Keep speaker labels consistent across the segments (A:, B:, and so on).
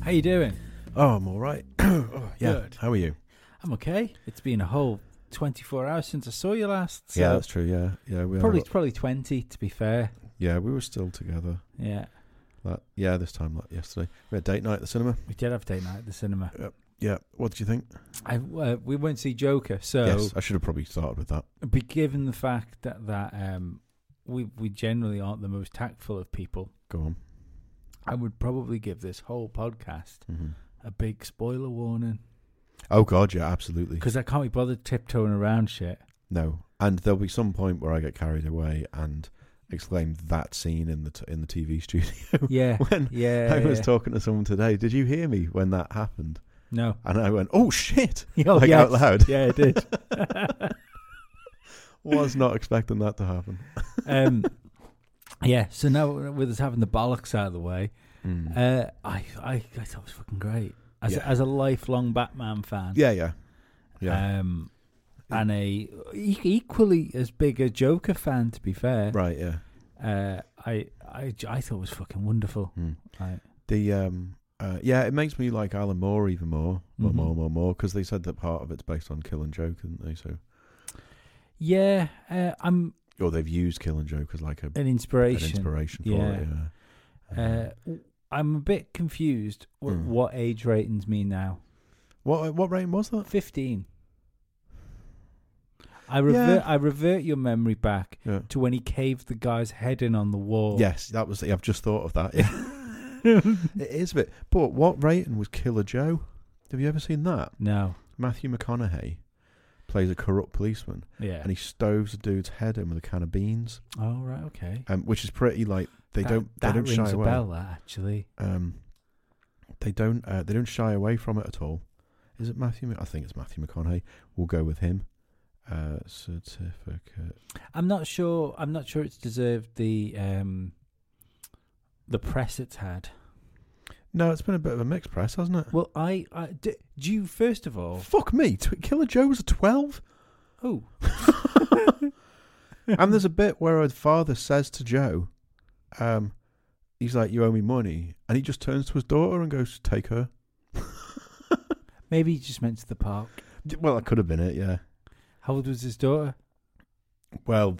A: How you doing?
B: Oh, I'm all right. Oh, yeah.
A: Good.
B: How are you?
A: I'm okay. It's been a whole 24 hours since I saw you last. So
B: yeah, that's true. Yeah, yeah. We
A: Probably
B: Are,
A: probably 20 to be fair.
B: yeah, we were still together.
A: Yeah.
B: Like, yeah, this time like yesterday. We had date night at the cinema.
A: We did have date night at the cinema.
B: Yeah. What did you think?
A: I, uh, we went to see Joker. So
B: yes, I should have probably started with that.
A: be given the fact that that um, we we generally aren't the most tactful of people,
B: Go on.
A: I would probably give this whole podcast
B: Mm-hmm.
A: a big spoiler warning
B: Oh God, yeah, absolutely.
A: because I can't be bothered tiptoeing around shit.
B: No, and there'll be some point where I get carried away and exclaim that scene in the t- in the TV studio.
A: Yeah,
B: when
A: yeah,
B: I was
A: yeah.
B: talking to someone today. Did you hear me when that happened?
A: No,
B: And I went, "Oh shit!"
A: Oh,
B: like
A: yes.
B: out loud.
A: Yeah, it did.
B: Was not expecting that to happen.
A: um, yeah. So now with us having the bollocks out of the way, uh, I, I I thought it was fucking great as
B: Mm. Yeah.
A: a, as a lifelong Batman fan.
B: Yeah, yeah, yeah.
A: Um, and a e- equally as big a Joker fan, to be fair.
B: right, yeah.
A: Uh, I, I, j- I thought it was fucking wonderful.
B: Hmm.
A: Like,
B: The um uh, yeah, it makes me like Alan Moore even more, more,
A: Mhm.
B: more, more, more, because they said that part of it's based on Kill and Joke, didn't they? So,
A: yeah, uh, I'm
B: or they've used Kill and Joke as like a
A: an
B: an
A: inspiration.
B: inspiration for
A: Yeah.
B: it. Yeah.
A: Uh, w- I'm a bit confused what,
B: Mm.
A: what age ratings mean now.
B: What what rating was that?
A: 15. I revert, I revert your memory back
B: Yeah.
A: to when he caved the guy's head in on the wall.
B: Yes, that was. I've just thought of that. yeah. it is a bit. But what rating was Killer Joe? Have you ever seen that?
A: No.
B: Matthew McConaughey plays a corrupt policeman,
A: Yeah.
B: and he stoves a dude's head in with a can of beans,
A: oh, right. Okay.
B: um, which is pretty like they
A: That-
B: don't they
A: that
B: don't
A: rings
B: shy
A: a
B: away.
A: bell, that, actually.
B: Um, they don't uh, they don't shy away from it at all. Is it Matthew? Mc- I think it's Matthew McConaughey. We'll go with him. Uh, certificate.
A: I'm not sure. I'm not sure it's deserved the um, the press it's had.
B: No, it's been a bit of a mixed press, hasn't it?
A: Well, I, I do, do you first of all.
B: Fuck me, Tw- Killer Joe was a twelve.
A: Oh,
B: and there's a bit where her father says to Joe, um, he's like, "You owe me money," and he just turns to his daughter and goes, "Take her."
A: maybe he just meant to the park.
B: D- Well, that could have been it, yeah.
A: How old was his daughter?
B: Well,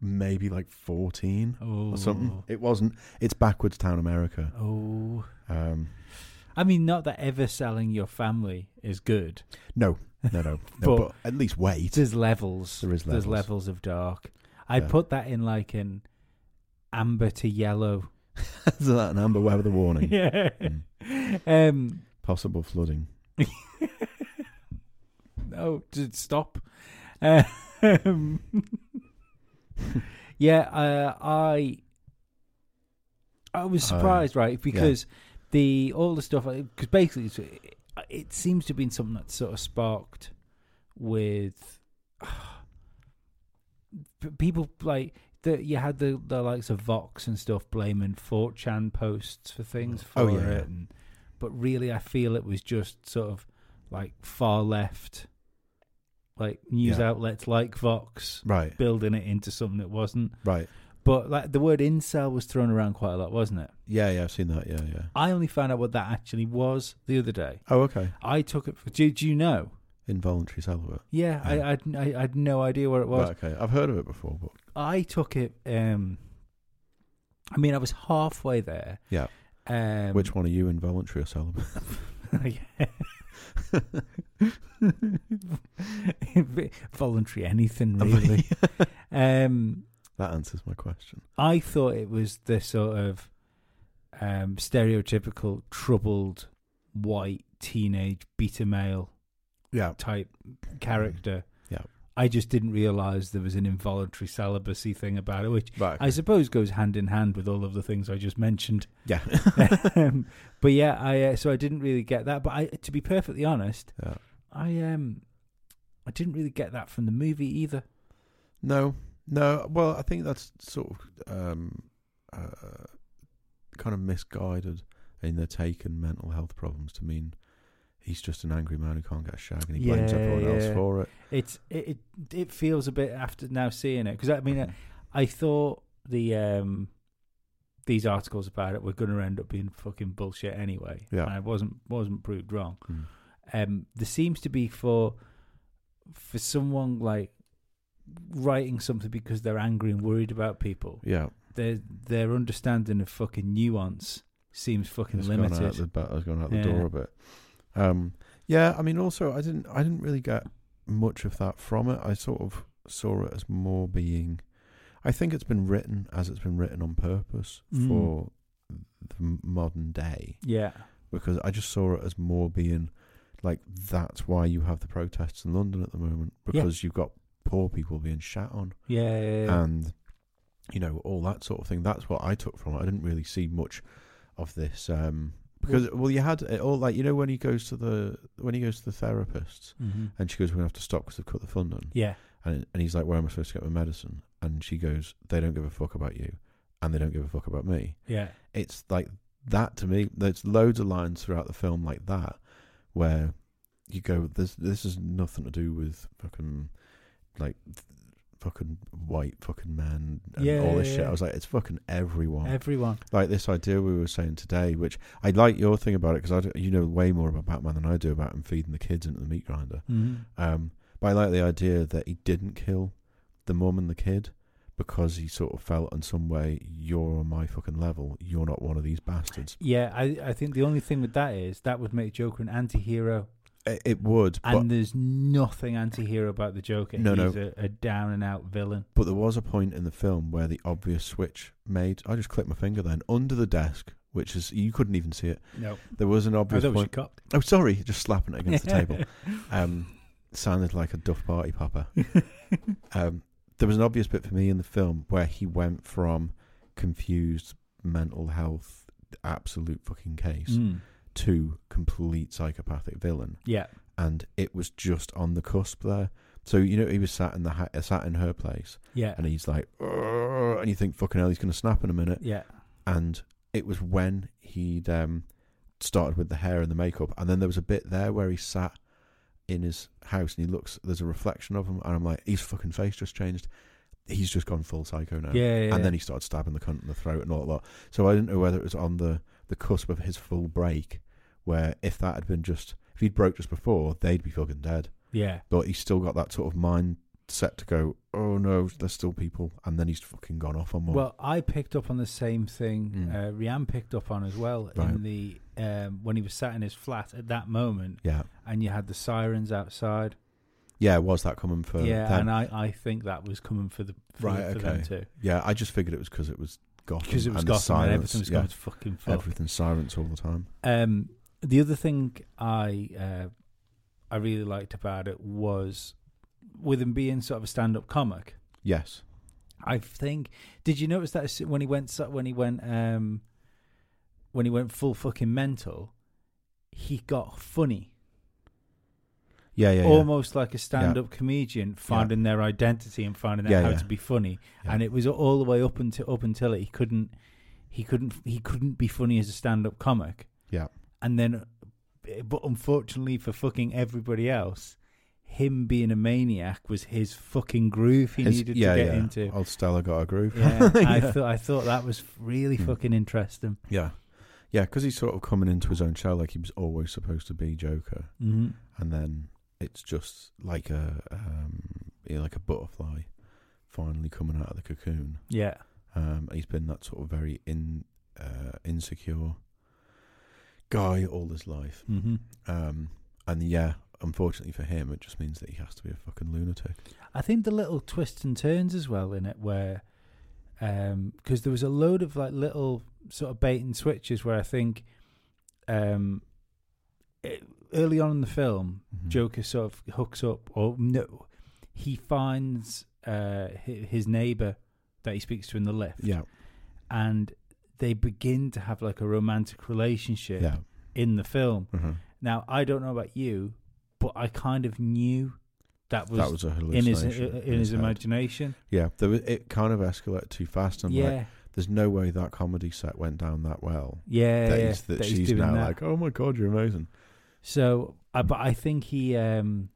B: maybe like fourteen
A: Oh,
B: or something. It wasn't. It's backwards town America.
A: Oh,
B: Um,
A: I mean, not that ever selling your family is good.
B: no, no, no,
A: But-
B: no but, at least wait.
A: There's levels.
B: There is
A: There's
B: levels.
A: levels of dark. I
B: Yeah.
A: put that in like an amber to yellow.
B: Is that an amber weather warning?
A: yeah.
B: Mm.
A: Um.
B: Possible flooding.
A: Oh, did it stop? Um, yeah, uh, I I was
B: Oh,
A: surprised, right? Because the all the stuff because basically it's, uh, it seems to have been something that sort of sparked with p- people like the, you had the, the likes of Vox and stuff blaming 4chan posts for things for
B: Oh, yeah, yeah.
A: it, and, but really I feel it was just sort of like far left, like news
B: Yeah.
A: outlets like Vox
B: Right,
A: building it into something it wasn't.
B: right.
A: But like the word incel was thrown around quite a lot, wasn't it?
B: Yeah, yeah. I've seen that. Yeah, yeah.
A: I only found out what that actually was the other day.
B: Oh, okay.
A: I took it for. Do, do you know?
B: Involuntary celibate.
A: Yeah, I, I'd, I I had no idea what it was.
B: Right, okay, I've heard of it before, but
A: I took it. Um, I mean, I was halfway there,
B: yeah,
A: Um,
B: Which one are you, involuntary or celibate?
A: Voluntary anything, really. um,
B: that answers my question.
A: I thought it was the sort of um, stereotypical troubled white teenage beta male
B: Yeah.
A: type character.
B: Mm. Yeah.
A: I just didn't realize there was an involuntary celibacy thing about it, which
B: Right.
A: I suppose goes hand in hand with all of the things I just mentioned.
B: Yeah.
A: um, but yeah, I uh, so I didn't really get that. But I, to be perfectly honest,
B: Yeah.
A: I um, I didn't really get that from the movie either.
B: No, no. Well, I think that's sort of um, uh, kind of misguided in their take and mental health problems to mean he's just an angry man who can't get a shag and he blames
A: Yeah,
B: everyone else
A: yeah.
B: for it.
A: It's it it, it feels a bit after now seeing it because I mean uh, I, I thought the um these articles about it were going to end up being fucking bullshit anyway.
B: Yeah.
A: and I wasn't wasn't proved wrong.
B: Mm.
A: Um, there seems to be for for someone like writing something because they're angry and worried about people.
B: Yeah,
A: Their their understanding of fucking nuance seems fucking
B: it's gone out
A: limited.
B: the, ba- it's gone out the
A: Yeah.
B: door a bit. Um, yeah, I mean, also, I didn't, I didn't really get much of that from it. I sort of saw it as more being. I think it's been written as it's been written on purpose
A: Mm.
B: for the modern day.
A: yeah,
B: because I just saw it as more being like that's why you have the protests in London at the moment because you've got poor people being shat on
A: yeah, yeah, yeah.
B: and you know all that sort of thing. That's what I took from it. I didn't really see much of this um, because well, you had it all like you know when he goes to the when he goes to the therapist
A: Mhm.
B: and she goes, "We're gonna have to stop because they've cut the funding,"
A: yeah.
B: and and he's like, "Where am I supposed to get my medicine?" And she goes, "They don't give a fuck about you, and they don't give a fuck about me."
A: Yeah,
B: it's like that to me. There's loads of lines throughout the film like that where you go, "This this is nothing to do with fucking like th- fucking white fucking men and
A: Yeah,
B: all this
A: yeah,
B: shit."
A: yeah.
B: I was like, "It's fucking everyone."
A: everyone.
B: like this idea we were saying today, which I like your thing about it because you know way more about Batman than I do about him feeding the kids into the meat grinder.
A: Mhm.
B: Um, but I like the idea that he didn't kill the mum and the kid because he sort of felt in some way, you're on my fucking level. You're not one of these bastards.
A: Yeah, I, I think the only thing with that is that would make Joker an anti-hero,
B: It, it would, but,
A: and there's nothing anti-hero about the Joker.
B: No, no.
A: He's A, a down and out villain.
B: but there was a point in the film where the obvious switch made. I just clicked my finger then under the desk, which is you couldn't even see it.
A: No,
B: There was an
A: I
B: obvious
A: thought we
B: point.
A: should cop.
B: Oh, sorry, just slapping it against the table. um, sounded like a duff party popper. um, there was an obvious bit for me in the film where he went from confused mental health absolute fucking case
A: Mm.
B: to complete psychopathic villain,
A: Yeah,
B: and it was just on the cusp there. So you know he was sat in the ha- sat in her place,
A: yeah,
B: and he's like, "Urgh," and you think fucking hell, he's gonna snap in a minute
A: yeah,
B: and it was when he'd um, started with the hair and the makeup, and then there was a bit there where he sat in his house and he looks. There's a reflection of him, and I'm like, his fucking face just changed. He's just gone full psycho now.
A: Yeah, yeah,
B: and
A: yeah.
B: then he started stabbing the cunt in the throat and all that. lot. So I didn't know whether it was on the the cusp of his full break, where if that had been just if he'd broke just before, they'd be fucking dead.
A: yeah,
B: But he's still got that sort of mind set to go. Oh no, there's still people, and then he's fucking gone off on one.
A: Well, I picked up on the same thing.
B: Mm.
A: Uh, Rian picked up on as well
B: Right.
A: in the um, when he was sat in his flat at that moment,
B: yeah.
A: and you had the sirens outside.
B: Yeah, was that coming for?
A: yeah,
B: them?
A: and I, I think that was coming for the for,
B: Right,
A: for them
B: okay.
A: too
B: yeah, I just figured it was because it was Gotham.
A: because it was
B: and the
A: Gotham and
B: silence,
A: everything was
B: yeah,
A: going to fucking fuck.
B: Everything's silence all the time.
A: Um, the other thing I uh, I really liked about it was with him being sort of a stand-up comic.
B: Yes.
A: I think. Did you notice that as soon- when he went so- when he went um, when he went full fucking mental, he got funny,
B: Yeah, yeah, yeah.
A: almost like a stand-up comedian finding their identity and finding out
B: Yeah,
A: how
B: yeah.
A: to be funny.
B: Yeah.
A: And it was all the way up until up until it, he couldn't he couldn't he couldn't be funny as a stand-up comic
B: yeah.
A: and then eh, but unfortunately for fucking everybody else him being a maniac was his fucking groove he
B: His-
A: needed
B: yeah,
A: to get
B: yeah.
A: into
B: Old Stella got a groove.
A: yeah, I thought I thought that was really
B: Hmm.
A: fucking interesting.
B: yeah, yeah, because he's sort of coming into his own shell, like he was always supposed to be Joker,
A: Mm-hmm.
B: and then it's just like a um, yeah, like a butterfly finally coming out of the cocoon.
A: Yeah,
B: Um, he's been that sort of very in uh, insecure guy all his life.
A: Mm-hmm.
B: Um, and yeah, unfortunately for him, it just means that he has to be a fucking lunatic.
A: I think the little twists and turns as well in it, where because there was a load of like little sort of bait and switches where I think um, it, early on in the film,
B: Mhm.
A: Joker sort of hooks up, or no, he finds uh, hi- his neighbor that he speaks to in the lift,
B: Yeah,
A: and they begin to have like a romantic relationship
B: yeah.
A: in the film.
B: uh-huh.
A: Now, I don't know about you, but I kind of knew that was,
B: that was a
A: in his uh,
B: hallucination.
A: in, his,
B: head.
A: imagination.
B: Yeah, there was, it kind of escalated too fast. I'm
A: yeah,
B: like, there's no way that comedy set went down that well.
A: yeah,
B: that,
A: yeah,
B: he's, that,
A: that he's
B: she's
A: doing
B: now
A: that.
B: like, oh my god, you're amazing.
A: So, I, but I think he. um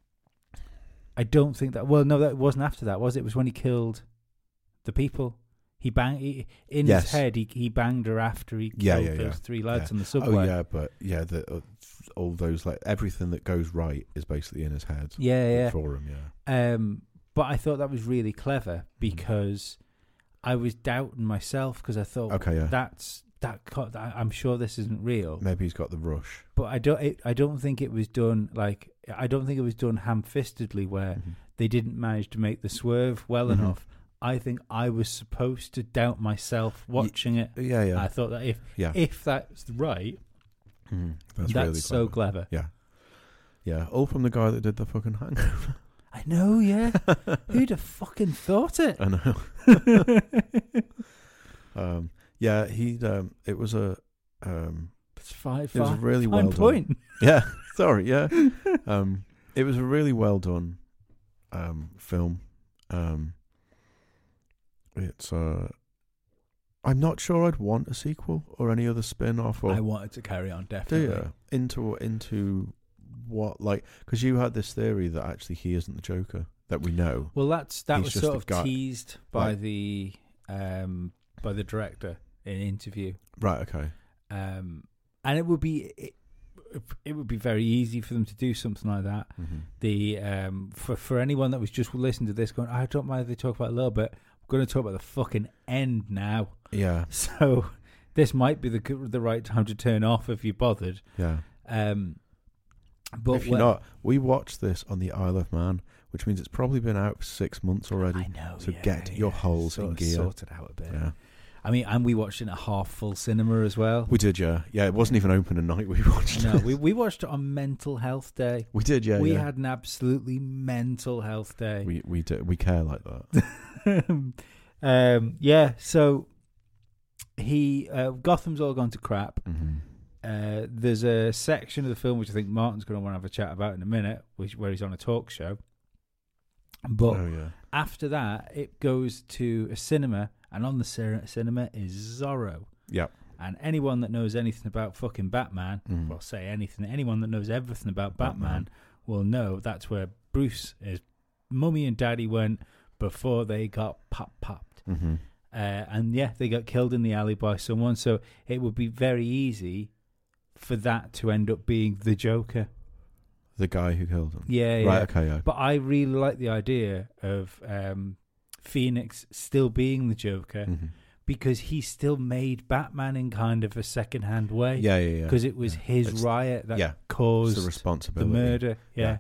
A: I don't think that. Well, no, that wasn't after that, was it? It was when he killed the people. He banged he, in
B: Yes.
A: his head. He, he banged her after he
B: Yeah,
A: killed
B: yeah,
A: those
B: yeah.
A: three lads
B: Yeah.
A: on the subway.
B: Oh yeah, but yeah, the, uh, all those like everything that goes right is basically in his head.
A: yeah, yeah.
B: for him, yeah.
A: Um, but I thought that was really clever
B: Mm.
A: because I was doubting myself because I thought
B: Okay, yeah.
A: that's that. Co- that- I'm sure this isn't real,
B: Maybe he's got the rush.
A: but I don't. It, I don't think it was done like I don't think it was done ham-fistedly where
B: Mm-hmm.
A: they didn't manage to make the swerve well
B: Mhm.
A: enough. I think I was supposed to doubt myself watching it.
B: Yeah, yeah,
A: I thought that if
B: yeah.
A: if that's right,
B: Mhm.
A: that's,
B: really
A: so clever.
B: Yeah, yeah. All from the guy that did the fucking hangover.
A: I know, yeah. Who'd have fucking thought it?
B: I know. um, yeah, he. Um, it was a. Um,
A: It's five.
B: It was
A: five-
B: really
A: fine
B: well done.
A: point.
B: yeah, sorry. Yeah, um, it was a really well done um, film. Um, it's. Uh, I'm not sure I'd want a sequel or any other spin-off or
A: I wanted to carry on,
B: do
A: definitely.
B: you into into what like because you had this theory that actually he isn't the Joker that we know.
A: Well, that's that
B: He's
A: was
B: just
A: sort
B: a
A: of
B: guy.
A: teased by
B: Like-
A: the um, by the director in an interview,
B: Right. Okay.
A: um, and it would be it, it would be very easy for them to do something like that.
B: Mm-hmm.
A: The um, for for anyone that was just listening to this, going, I don't mind if they talk about it a little bit. I'm going to talk about the fucking end now,
B: Yeah.
A: so this might be the good- the right time to turn off if you're bothered.
B: Yeah.
A: Um, but
B: if you're
A: when-
B: not, we watched this on the Isle of Man, which means it's probably been out for six months already.
A: I know.
B: So
A: yeah,
B: get your
A: yeah.
B: holes
A: Sort
B: in
A: of
B: gear.
A: Sorted out a bit.
B: Yeah.
A: I mean, and we watched it in a half full cinema as well.
B: We did, yeah. Yeah, it wasn't even open at night we watched
A: no,
B: it.
A: we, we watched it on Mental Health Day.
B: We did, yeah.
A: we
B: yeah.
A: had an absolutely mental health day.
B: we we do we care like that.
A: um, yeah, so he uh, Gotham's all gone to crap.
B: mm-hmm.
A: Uh, there's a section of the film which I think Martin's going to want to have a chat about in a minute, which where he's on a talk show. But
B: oh yeah.
A: after that, it goes to a cinema, and on the cin- cinema is Zorro.
B: Yeah.
A: And anyone that knows anything about fucking Batman,
B: Mm.
A: well, say anything, anyone that knows everything about Batman,
B: Batman.
A: will know that's where Bruce, his mummy and daddy went before they got pop popped.
B: Mm-hmm.
A: Uh, and yeah, they got killed in the alley by someone. So it would be very easy for that to end up being the Joker.
B: The guy who killed him.
A: Yeah, yeah.
B: Right, okay, yeah.
A: But I really like the idea of um, Phoenix still being the Joker
B: Mhm.
A: because he still made Batman in kind of a second-hand way.
B: Yeah, yeah, yeah.
A: because it was
B: yeah.
A: his
B: It's-
A: riot that
B: yeah. It's the
A: caused the
B: responsibility.
A: murder. Yeah.
B: Yeah.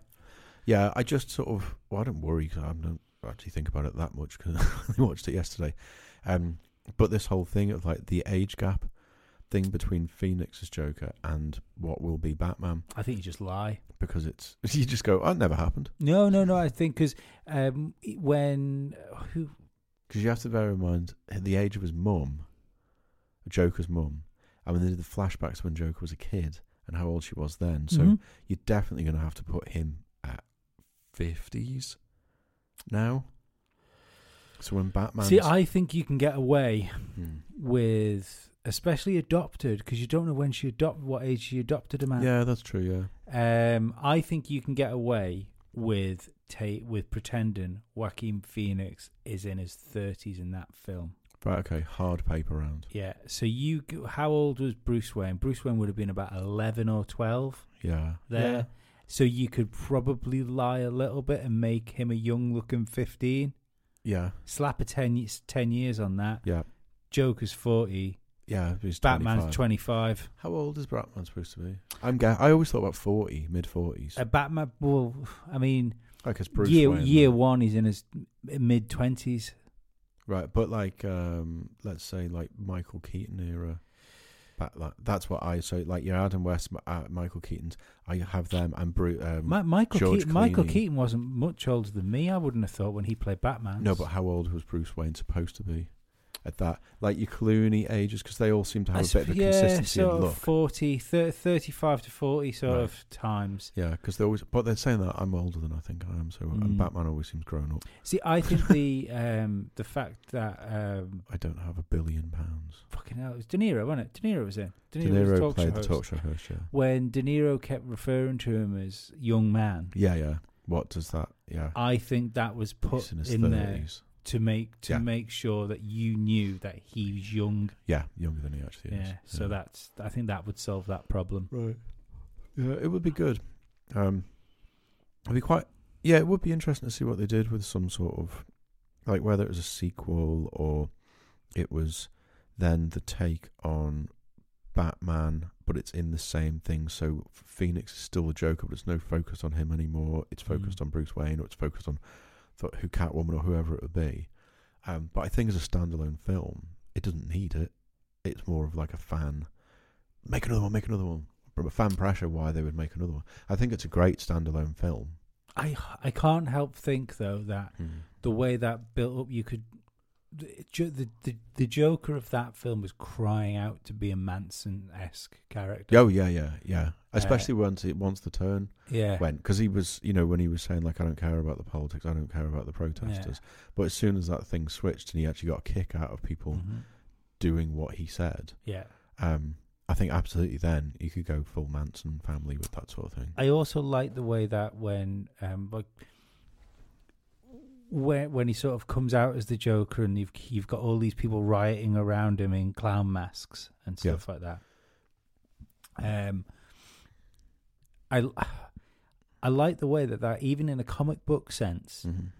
B: Yeah, I just sort of. Well, I don't worry because I don't actually think about it that much because I only watched it yesterday. Um, but this whole thing of like the age gap thing between Phoenix's Joker and what will be Batman
A: I think you just lie.
B: because it's you just go, oh, it never happened.
A: No, no, no. I think because um, when who
B: Because you have to bear in mind the age of his mum, Joker's mum, and when they did the flashbacks when Joker was a kid and how old she was then. So
A: Mhm.
B: you're definitely going to have to put him at fifties now. So when Batman,
A: see, I think you can get away
B: Hmm.
A: with especially adopted because you don't know when she adopted what age she adopted him at.
B: Yeah, that's true. Yeah,
A: Um, I think you can get away with ta- with pretending Joaquin Phoenix is in his thirties in that film.
B: right. Okay, hard paper round.
A: Yeah. So you, g- how old was Bruce Wayne? Bruce Wayne would have been about eleven or twelve
B: Yeah,
A: there. So you could probably lie a little bit and make him a young looking fifteen.
B: yeah,
A: Slap a 10, y- 10 years on that.
B: yeah,
A: Joker's forty.
B: yeah, he's
A: Batman's
B: 25.
A: 25.
B: How old is Batman supposed to be? I'm. Ga- I always thought about forty, mid forties.
A: Uh, Batman, well, I mean,
B: Like it's Bruce
A: year
B: Wayne.
A: year one, he's in his mid 20s.
B: Right, but like, um, let's say like Michael Keaton era. Bat, like, that's what I so like your Adam West, M- uh, Michael Keaton's. I have them and Bruce. Um,
A: Ma- Michael,
B: George
A: Keaton, Michael
B: Clooney.
A: Keaton wasn't much older than me, I wouldn't have thought, when he played Batman.
B: no, but how old was Bruce Wayne supposed to be at that? Like your Clooney ages, because they all seem to have
A: I
B: a bit of a
A: sup- yeah,
B: consistency
A: sort
B: in
A: of
B: look.
A: 40, thir- 35 to 40 sort
B: Right.
A: of times.
B: Yeah, because they always. But they're saying that I'm older than I think I am. So
A: Mm.
B: and Batman always seems grown up.
A: See, I think the um, the fact that um,
B: I don't have a billion pounds.
A: fucking hell, it was De Niro, wasn't it? De Niro was in.
B: De
A: was the
B: Niro
A: talk show
B: played the
A: host.
B: talk show host. Yeah,
A: When De Niro kept referring to him as young man,
B: yeah, yeah. What does that? Yeah,
A: I think that was put
B: he's in his
A: in there
B: thirties.
A: to make to
B: Yeah.
A: make sure that you knew that he was young.
B: Yeah, younger than he actually is.
A: yeah. So that's I think that would solve that problem.
B: Right. Yeah, it would be good. Um, it'd be quite. Yeah, it would be interesting to see what they did with some sort of, like whether it was a sequel or it was then the take on Batman, but it's in the same thing. So Phoenix is still the Joker, but it's no focus on him anymore. It's focused
A: Mm.
B: on Bruce Wayne, or it's focused on th- who Catwoman or whoever it would be. Um, but I think as a standalone film, it doesn't need it. It's more of like a fan make another one, make another one. From a fan pressure, why they would make another one. I think it's a great standalone film.
A: I I can't help think though that
B: Hmm.
A: the way that built up, you could the the the, the Joker of that film was crying out to be a Manson esque character.
B: Oh yeah, yeah, yeah. Especially once it once the turn
A: Yeah.
B: went because he was, you know, when he was saying like, I don't care about the politics, I don't care about the protesters. But as soon as that thing switched and he actually got a kick out of people
A: Mhm.
B: doing what he said,
A: Yeah.
B: um, I think absolutely then you could go full Manson family with that sort of thing.
A: I also like the way that when um like when when he sort of comes out as the Joker and you've you've got all these people rioting around him in clown masks and
B: Yeah.
A: stuff like that. Um, I I like the way that that even in a comic book sense,
B: Mhm.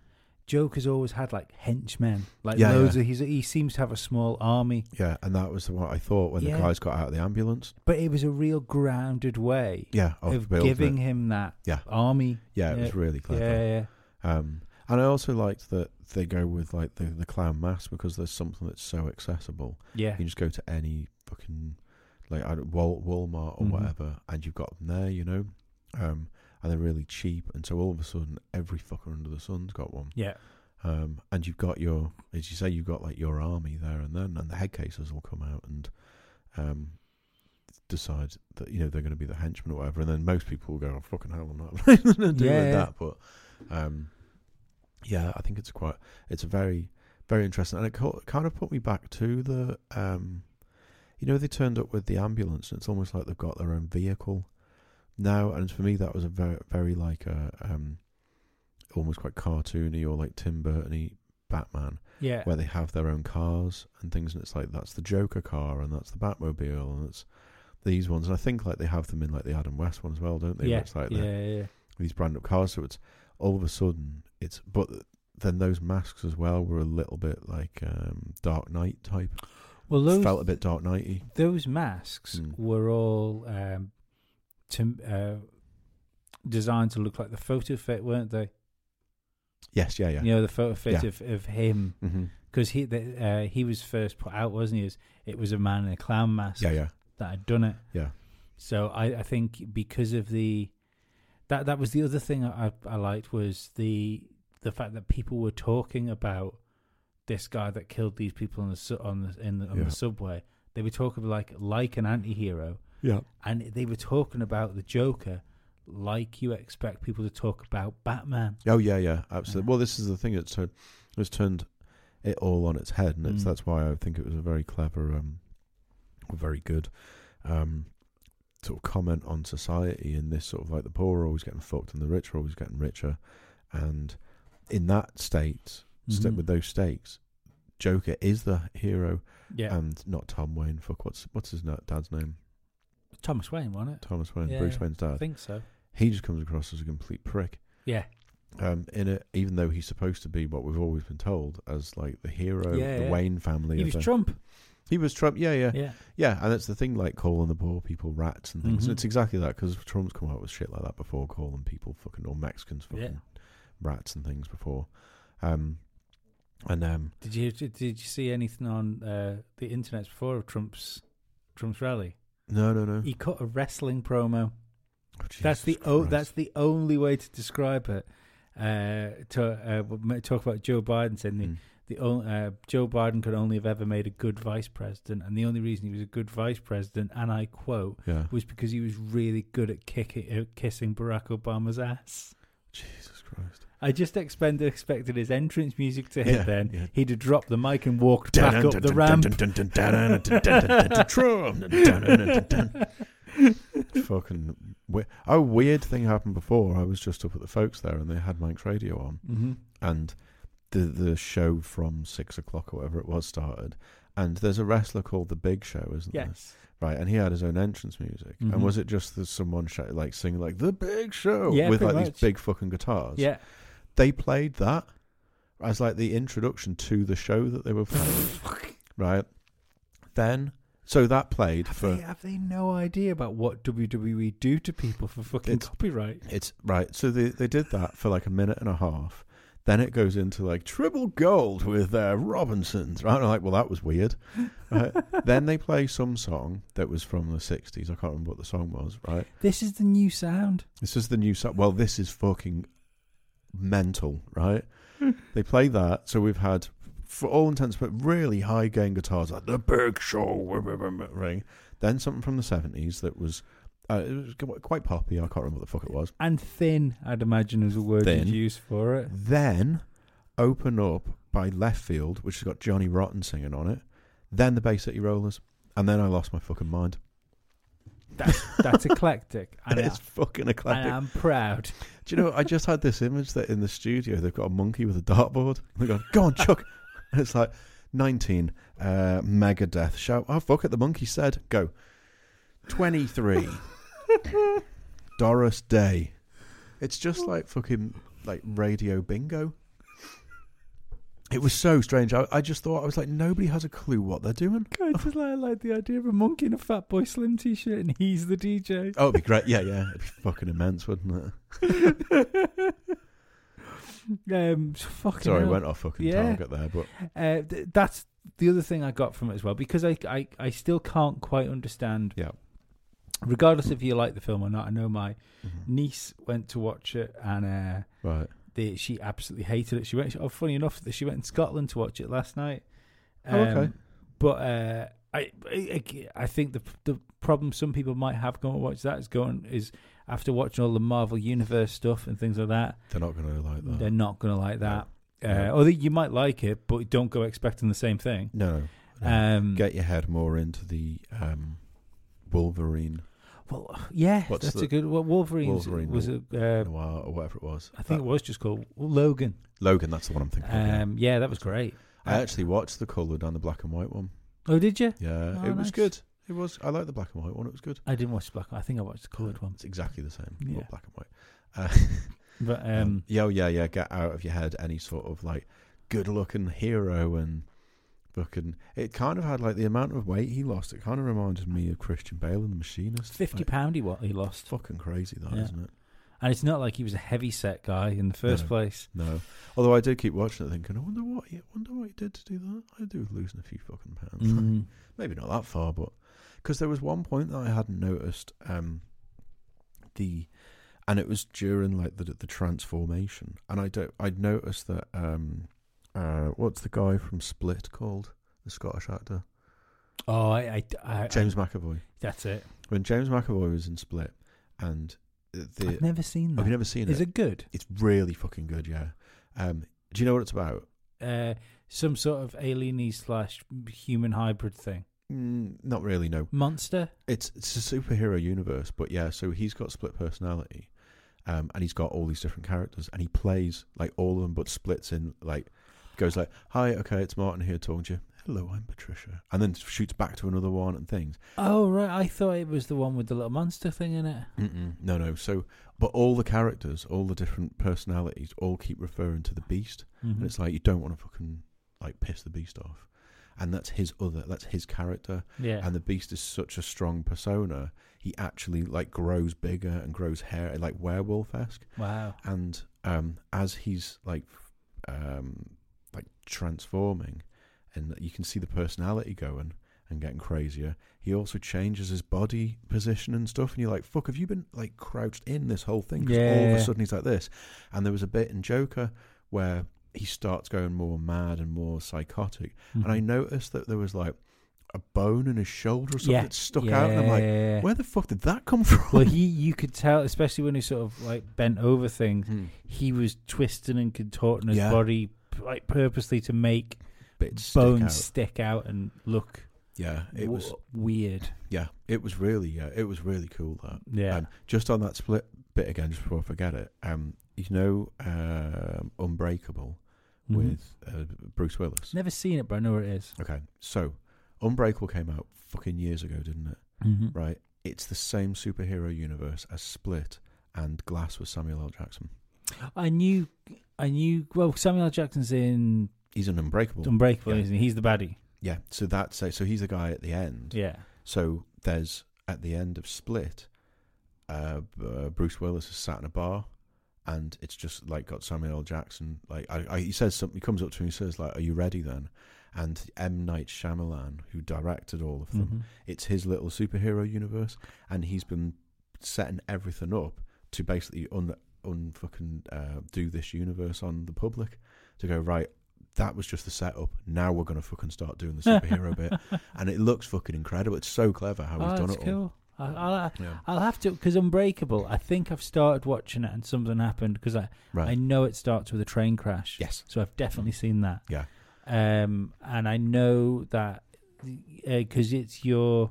A: Joker's always had like henchmen, like
B: Yeah,
A: loads
B: yeah.
A: of he's he seems to have a small army,
B: Yeah, and that was what I thought when
A: Yeah.
B: the guys got out of the ambulance.
A: but it was a real grounded way
B: Yeah,
A: of
B: building
A: giving
B: it.
A: him that
B: Yeah.
A: army.
B: Yeah, it was really clever.
A: Yeah, yeah.
B: Um, and I also like that they go with like the, the clown mask because there's something that's so accessible.
A: Yeah.
B: You can just go to any fucking like I don't, Wal- Walmart or
A: Mhm.
B: whatever, and you've got them there, you know. Um, and they're really cheap, and so all of a sudden, every fucker under the sun's got one.
A: Yeah.
B: Um, and you've got your, as you say, you've got like your army there and then, and the head cases will come out and um, decide that you know they're going to be the henchmen or whatever. And then most people will go, oh, "Fucking hell, I'm not doing
A: Yeah.
B: that." But um, yeah, I think it's quite, it's a very, very interesting, and it co- kind of put me back to the, um, you know, they turned up with the ambulance, and it's almost like they've got their own vehicle now. And for me, that was a very, very like a. Um, almost quite cartoony or like Tim Burtony Batman,
A: Yeah.
B: where they have their own cars and things, and it's like that's the Joker car and that's the Batmobile and it's these ones. And I think like they have them in like the Adam West one as well, don't they? Where
A: yeah.
B: it's like
A: yeah,
B: the-
A: yeah, yeah.
B: these brand up cars. So it's all of a sudden it's but then those masks as well were a little bit like um, Dark Knight type.
A: Well, those
B: Felt a bit Dark Knighty.
A: those masks
B: Mm.
A: were all um, to uh, designed to look like the photo fit, weren't they?
B: Yes, yeah, yeah.
A: You know, the photo fit
B: Yeah.
A: of, of him
B: Mm-hmm.
A: because he the, uh, he was first put out, wasn't he? As it was a man in a clown mask
B: Yeah, yeah,
A: that had done it.
B: yeah.
A: So I, I think because of the that that was the other thing I, I liked was the the fact that people were talking about this guy that killed these people on the su- on the in the, on
B: Yeah.
A: the subway. They were talking like like an anti-hero
B: Yeah.
A: and they were talking about the Joker like you expect people to talk about Batman.
B: Oh yeah, yeah, absolutely. Well, this is the thing. It's turned, it's turned it all on its head, and it's
A: Mm.
B: that's why I think it was a very clever, um, a very good, um, sort of comment on society in this sort of like the poor are always getting fucked and the rich are always getting richer, and in that state, step
A: Mhm.
B: with those stakes, Joker is the hero,
A: Yeah,
B: and not Tom Wayne. Fuck, what's what's his na- dad's name?
A: Thomas Wayne won it.
B: Thomas Wayne,
A: Uh, Yeah,
B: Bruce
A: yeah.
B: Wayne's
A: I
B: dad.
A: think so.
B: he just comes across as a complete prick
A: Yeah,
B: um, in it, even though he's supposed to be what we've always been told as like the hero,
A: Yeah,
B: the
A: yeah.
B: Wayne family.
A: he
B: of
A: was
B: the-
A: Trump.
B: He was Trump. Yeah, yeah, yeah.
A: Yeah.
B: and it's the thing like calling the poor people rats and things.
A: Mhm.
B: It's exactly that because Trump's come out with shit like that before, calling people fucking or Mexicans fucking
A: Yeah.
B: rats and things before. Um, and um,
A: Did you did you see anything on uh, the internet before of Trump's Trump's rally?
B: no, no, no.
A: He cut a wrestling promo.
B: Oh, Jesus
A: that's the o-
B: Christ.
A: that's the only way to describe it. Uh, to uh, we'll ma- talk about Joe Biden saying the
B: Mm.
A: the on- uh, Joe Biden could only have ever made a good vice president, and the only reason he was a good vice president, and I quote,
B: yeah.
A: was because he was really good at kicking uh, kissing Barack Obama's ass.
B: Jesus Christ.
A: I just expend, expected his entrance music to hit.
B: Yeah,
A: then
B: yeah.
A: he'd have dropped the mic and walked back up the ramp.
B: Trump. Fucking. We- oh, weird thing happened before. I was just up at the folks there, and they had Mike's radio on,
A: hmm
B: and the the show from six o'clock or whatever it was started. And there's a wrestler called the Big Show, isn't there?
A: Yes.
B: Right, and he had his own entrance music.
A: Mhm.
B: And was it just that someone sh- like singing like the Big Show
A: Yeah,
B: with
A: pretty
B: like
A: much.
B: these big fucking guitars?
A: Yeah.
B: they played that as like the introduction to the show that they were playing, right? Then, so that played
A: Have,
B: for
A: they, uh, have they no idea about what WWE do to people for fucking
B: It's-
A: copyright?
B: it's right. So they they did that for like a minute and a half. Then it goes into like triple gold with uh, Robinsons, right? And I'm like, well, that was weird. Right? then they play some song that was from the '60s. I can't remember what the song was, right?
A: This is the new sound.
B: This is the new song. Well, this is fucking mental, right? they play that, so we've had, for all intents but really high gain guitars like the Big Show wah, wah, wah, wah, ring. Then something from the seventies that was, uh, it was qu- quite poppy. I can't remember what the fuck it was.
A: And thin, I'd imagine, is a word
B: Thin.
A: you'd use for it.
B: Then open up by Left Field, which has got Johnny Rotten singing on it. Then the Bay City Rollers, and then I lost my fucking mind.
A: That's, that's eclectic. And
B: it's
A: I,
B: fucking
A: I
B: eclectic.
A: am proud.
B: Do you know? I just had this image that in the studio they've got a monkey with a dartboard. They go, "Go on, Chuck!" And it's like nineteen, uh, Megadeth. Shout! Oh fuck it! The monkey said, "Go." Twenty-three, Doris Day. It's just like fucking like radio bingo. It was so strange. I, I just thought I was like, nobody has a clue what they're doing.
A: I just like, like the idea of a monkey in a Fat Boy Slim t shirt and he's the DJ.
B: Oh, it'd be great. Yeah, yeah. It'd be fucking immense, wouldn't it?
A: Um, fucking
B: Sorry, I
A: hell.
B: went off fucking
A: Yeah.
B: target there, but
A: Uh, th- that's the other thing I got from it as well because I, I, I still can't quite understand.
B: Yeah.
A: Regardless if you like the film or not, I know my
B: Mm-hmm.
A: niece went to watch it and uh,
B: right.
A: they, she absolutely hated it. She went. Oh, funny enough, that she went in Scotland to watch it last night. Um,
B: Oh, okay.
A: But uh, I, I I think the the problem some people might have going to watch that is going is after watching all the Marvel Universe stuff and things like that,
B: They're not going to like that.
A: they're not going to like that. Uh,
B: Yeah.
A: or that you might like it, but don't go expecting the same thing.
B: No. no.
A: Um,
B: Get your head more into the um, Wolverine
A: well, yeah,
B: What's
A: that's
B: the-
A: a good. Well, Wolverine's
B: Wolverine
A: was a. Uh,
B: noir or whatever it was.
A: I think it
B: That-
A: was just called Logan.
B: Logan, that's the one I'm thinking of. yeah.
A: Um, uh, yeah, that was great.
B: I actually watched the coloured and the black and white one.
A: Oh, did you?
B: Yeah,
A: Oh,
B: it was
A: nice.
B: good. It was. I like the black and white one. It was good.
A: I didn't watch the black. I think I watched the coloured one.
B: It's exactly the same.
A: Yeah.
B: well, black and white.
A: But
B: Uh,
A: um,
B: yeah, oh, yeah, yeah. Get out of your head any sort of like good looking hero and fucking. It kind of had like the amount of weight he lost. It kind of reminded me of Christian Bale in The Machinist.
A: fifty
B: Like,
A: pound he what he
B: It's
A: lost,
B: fucking crazy, that
A: Yeah.
B: not it?
A: and it's not like he was a heavy set guy in the first
B: No.
A: place.
B: No. Although I did keep watching it thinking, I wonder what he, wonder what he did to do that. I do with losing a few fucking pounds.
A: Mm.
B: Maybe not that far, but because there was one point that I hadn't noticed um, the, and it was during like the the transformation, and I don't I'd noticed that um, uh, what's the guy from Split called the Scottish actor
A: Oh, I, I, I,
B: James McAvoy.
A: that's it.
B: When James McAvoy was in Split, and the, the
A: I've never seen that.
B: have you never seen
A: Is
B: it?
A: it good?
B: It's really fucking good, yeah. Um, do you know what it's about?
A: Uh, some sort of alieny slash human hybrid thing.
B: Mm, not really, no.
A: Monster.
B: It's it's a superhero universe, but yeah. So he's got split personality, um, and he's got all these different characters, and he plays like all of them, but splits in like goes like, "Hi, okay, it's Martin here talking to you. Hello, I'm Patricia," and then shoots back to another one and things.
A: Oh right, I thought it was the one with the little monster thing in it.
B: Mm-mm. No, no. So, but all the characters, all the different personalities, all keep referring to the Beast,
A: Mhm.
B: and it's like you don't want to fucking like piss the Beast off. and that's his other, that's his character.
A: Yeah.
B: And the Beast is such a strong persona. He actually like grows bigger and grows hair like werewolf esque.
A: Wow.
B: And um, as he's like, um, like transforming, and you can see the personality going and getting crazier. He also changes his body position and stuff, and you're like, "Fuck, have you been like crouched in this whole thing?" 'Cause all
A: Yeah.
B: of a sudden he's like this. And there was a bit in Joker where he starts going more mad and more psychotic, and
A: Mm-hmm.
B: I noticed that there was like a bone in his shoulder or something
A: Yeah.
B: that stuck out, and I'm like,
A: Yeah.
B: "Where the fuck did that come from?"
A: Well, he you could tell, especially when he sort of like bent over things,
B: Hmm.
A: he was twisting and contorting his
B: Yeah.
A: body like purposely to make
B: Bits stick
A: bones
B: out.
A: stick out and look
B: Yeah, it
A: w-
B: was.
A: weird.
B: Yeah, it was really. Yeah, it was really cool. That.
A: Yeah.
B: Um, just on that split bit again, just before I forget it. Um, you know, um, Unbreakable
A: Mhm.
B: with uh, Bruce Willis.
A: Never seen it, but I know where it is.
B: Okay, so Unbreakable came out fucking years ago, didn't it?
A: Mm-hmm.
B: Right. It's the same superhero universe as Split and Glass with Samuel L. Jackson.
A: I knew, I knew. Well, Samuel L. Jackson's in
B: He's an Unbreakable.
A: Unbreakable,
B: Yeah.
A: isn't he? He's the baddie.
B: yeah. So that's uh, so he's the guy at the end.
A: Yeah.
B: So there's at the end of Split, uh, b- uh, Bruce Willis is sat in a bar, and it's just like got Samuel L. Jackson. Like I, I, he says something, he comes up to me and says like, "Are you ready then?" And M Night Shyamalan, who directed all of them,
A: Mm-hmm.
B: it's his little superhero universe, and he's been setting everything up to basically un unfucking uh, do this universe on the public to go right. That was just the setup. Now we're gonna fucking start doing the superhero bit, and it looks fucking incredible. It's so clever how he's
A: oh,
B: done
A: that's
B: it all.
A: cool. I, I'll,
B: Yeah.
A: I'll have to because Unbreakable. I think I've started watching it and something happened because I
B: Right.
A: I know it starts with a train crash.
B: Yes.
A: So I've definitely seen that.
B: Yeah,
A: um, and I know that because it's your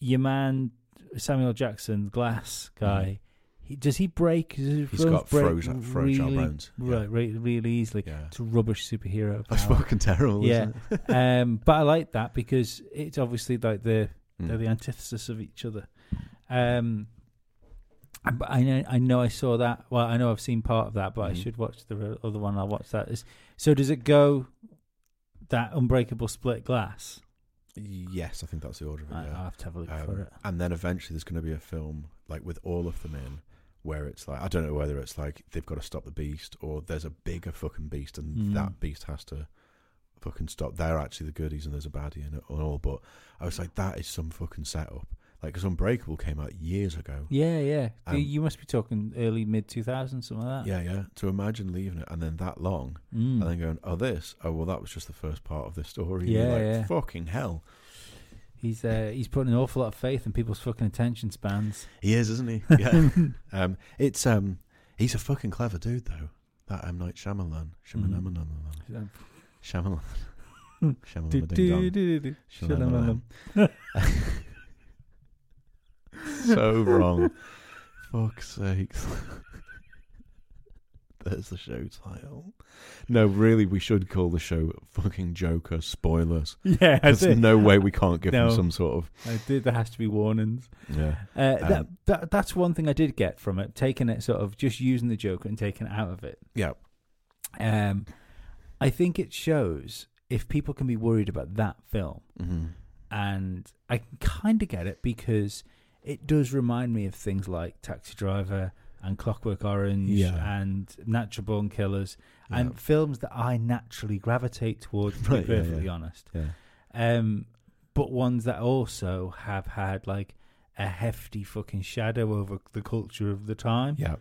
A: your man Samuel Jackson, Glass guy. He, does he break? Does his
B: Mm-hmm. He's
A: bones
B: got
A: break
B: frozen- fragile
A: really,
B: bones, yeah.
A: Right, really, really easily.
B: Yeah.
A: It's a rubbish superhero.
B: that's
A: power.
B: fucking terrible.
A: Uh, Yeah,
B: Isn't it?
A: um, but I like that because it's obviously like the
B: Mm.
A: they're the antithesis of each other. Um, and- but I know I know I saw that. Well, I know I've seen part of that, but
B: Mm-hmm.
A: I should watch the re- other one. I'll watch that. Is- So does it go that unbreakable split glass?
B: Yes, I think that's the order of it.
A: I,
B: yeah.
A: I'll have to have a look
B: Um,
A: for it.
B: And then eventually there's going to be a film like with all of them in, where it's like I don't know whether it's like they've got to stop the beast or there's a bigger fucking beast and
A: Mm.
B: that beast has to fucking stop. They're actually the goodies and there's a baddie in it and all. But I was like, that is some fucking setup. Like because Unbreakable came out years ago.
A: Yeah, yeah. Do-
B: um,
A: you must be talking early mid 2000s, something like that.
B: Yeah, yeah. To imagine leaving it and then that long,
A: Mm.
B: and then going, "Oh, this. Oh, well, that was just the first part of the story."
A: Yeah,
B: and you're like
A: yeah.
B: fucking hell.
A: He's uh, he's putting an awful lot of faith in people's fucking attention spans.
B: He is, isn't he? Yeah. um, it's um, he's a fucking clever dude though. That M Night Shyamalan, Shyamalan, Mm. Shyamalan, Shyamalan, Ding Dong, Shyamalan. So wrong. Fuck's sakes. There's the show title. No, really, we should call the show "Fucking Joker Spoilers."
A: Yeah, I
B: There's
A: did.
B: no way we can't give
A: No.
B: them some sort of
A: I did. There has to be warnings.
B: yeah.
A: Uh, that,
B: Um,
A: that that's one thing I did get from it, taking it sort of just using the Joker and taking it out of it.
B: Yeah,
A: Um, I think it shows if people can be worried about that film,
B: mm-hmm.
A: and I can kind of get it because it does remind me of things like Taxi Driver and Clockwork Orange
B: Yeah.
A: and Natural Born Killers
B: Yeah.
A: and films that I naturally gravitate towards. To
B: Right,
A: be
B: yeah,
A: perfectly
B: yeah.
A: honest,
B: yeah.
A: um, but ones that also have had like a hefty fucking shadow over the culture of the time.
B: Yeah.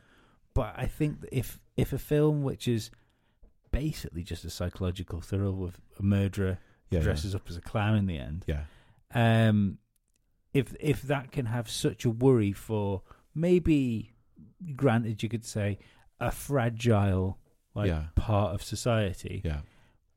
A: But I think that if if a film which is basically just a psychological thriller with a murderer
B: Yeah, yeah.
A: dresses up as a clown in the end,
B: Yeah.
A: um, if if that can have such a worry for maybe, granted, you could say a fragile like
B: Yeah.
A: part of society,
B: Yeah.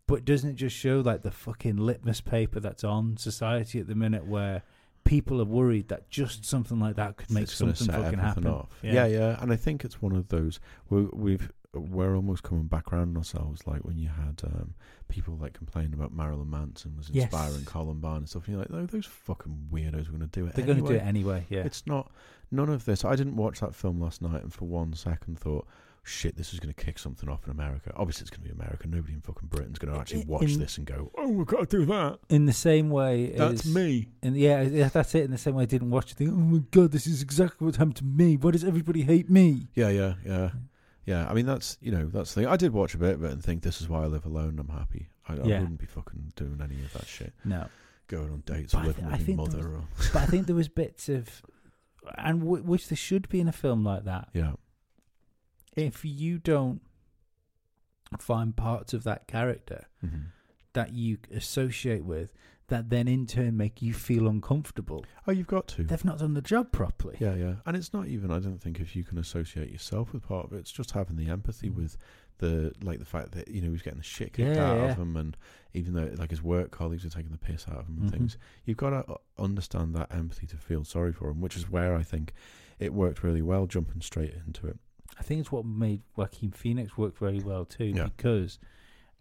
A: but doesn't it just show like the fucking litmus paper that's on society at the minute where people are worried that just something like that could make
B: It's gonna
A: something
B: set
A: fucking
B: everything
A: happen?
B: off. Yeah. yeah, and I think it's one of those we we've we're almost coming back around on ourselves. Like when you had um, people like complaining about Marilyn Manson was
A: Yes.
B: inspiring Columbine and stuff. And you're like, no, those fucking weirdos are going to do it.
A: They're
B: anyway.
A: going to do it anyway, yeah.
B: It's not none of this. I didn't watch that film last night, and for one second thought, shit, this is going to kick something off in America. Obviously, it's going to be America. Nobody in fucking Britain's going to actually
A: in-
B: watch
A: in-
B: this and go, oh, we've got to do that.
A: in the same way.
B: That's
A: as-
B: me.
A: And yeah, yeah, that's it. In the same way, I didn't watch it. Think, oh my god, this is exactly what happened to me. Why does everybody hate me?
B: Yeah, yeah, yeah. Yeah, I mean, that's, you know, that's the thing. I did watch a bit of it and think, this is why I live alone and I'm happy. I, I
A: Yeah.
B: wouldn't be fucking doing any of that shit.
A: No,
B: Going on dates
A: But
B: or
A: I
B: living
A: thi- I
B: with your
A: think
B: mother.
A: there
B: Or,
A: but I think there was bits of, and w- which there should be in a film like that.
B: yeah,
A: If you don't find parts of that character
B: hmm
A: that you associate with, that then in turn make you feel uncomfortable,
B: Oh, you've got to.
A: they've not done the job properly.
B: Yeah, yeah. And it's not even I don't think if you can associate yourself with part of it, it's just having the empathy with the like the fact that, you know, he's getting the shit kicked
A: Mm. Yeah,
B: out
A: yeah.
B: of him and even though like his work colleagues are taking the piss out of him and
A: Mhm.
B: things, you've got to understand that empathy to feel sorry for him, which is where I think it worked really well jumping straight into it.
A: I think it's what made Joaquin Phoenix work very well too,
B: Yeah.
A: because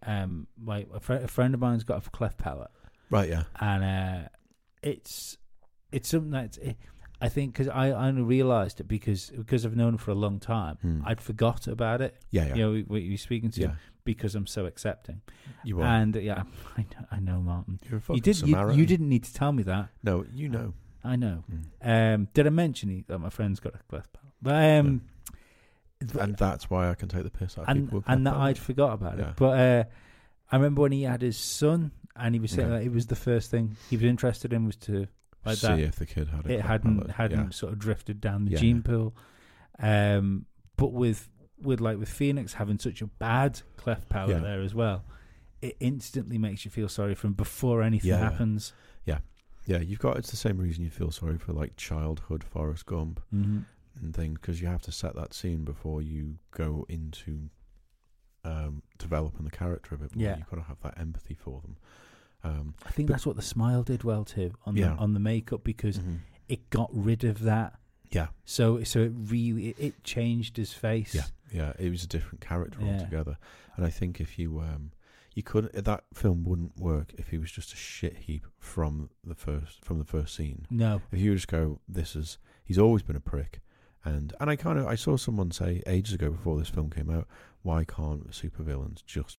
A: um, like a, fr- a friend of mine's got a cleft palate,
B: Right, yeah.
A: and uh, it's it's something that's it, I think because I, I only realised it because because I've known him for a long time,
B: Hmm.
A: I'd forgot about it.
B: Yeah, yeah.
A: You know, we, we, you're speaking to
B: yeah.
A: him because I'm so accepting,
B: You are.
A: and uh, yeah, I know, I know Martin.
B: You're a fucking
A: you did you,
B: Samaritan.
A: you didn't need to tell me that.
B: No, you know.
A: I know.
B: Mm.
A: Um, did I mention he, that my friend's got a cleft palate? But um, th-
B: And that's why I can take the piss out of people.
A: and
B: with
A: and
B: my
A: that
B: family.
A: I'd forgot about
B: Yeah.
A: it. But uh, I remember when he had his son, and he was saying
B: Yeah.
A: that it was the first thing he was interested in was to like
B: see
A: that.
B: if the kid had a
A: It
B: crack
A: hadn't
B: palate.
A: hadn't
B: Yeah.
A: sort of drifted down the
B: Yeah,
A: gene
B: yeah.
A: pool. Um, but with with like with Phoenix having such a bad cleft palate
B: Yeah.
A: there as well, it instantly makes you feel sorry for him before anything
B: Yeah, yeah.
A: happens.
B: Yeah, you've got. It's the same reason you feel sorry for like childhood Forrest Gump
A: Mm-hmm.
B: and things because you have to set that scene before you go into um, developing the character of it. more.
A: Yeah.
B: you've got to have that empathy for them. Um,
A: I think
B: But-
A: that's what the smile did well too on
B: Yeah. Mm-hmm.
A: the, on the makeup because it got rid of that.
B: Yeah,
A: So so it really it, it changed his face.
B: yeah, yeah. It was a different character
A: Yeah.
B: altogether, and I think if you um, you couldn't that film wouldn't work if he was just a shit heap from the first from the first scene.
A: No.
B: if you just go, this is he's always been a prick, and and I kind of I saw someone say ages ago before this film came out, why can't supervillains just?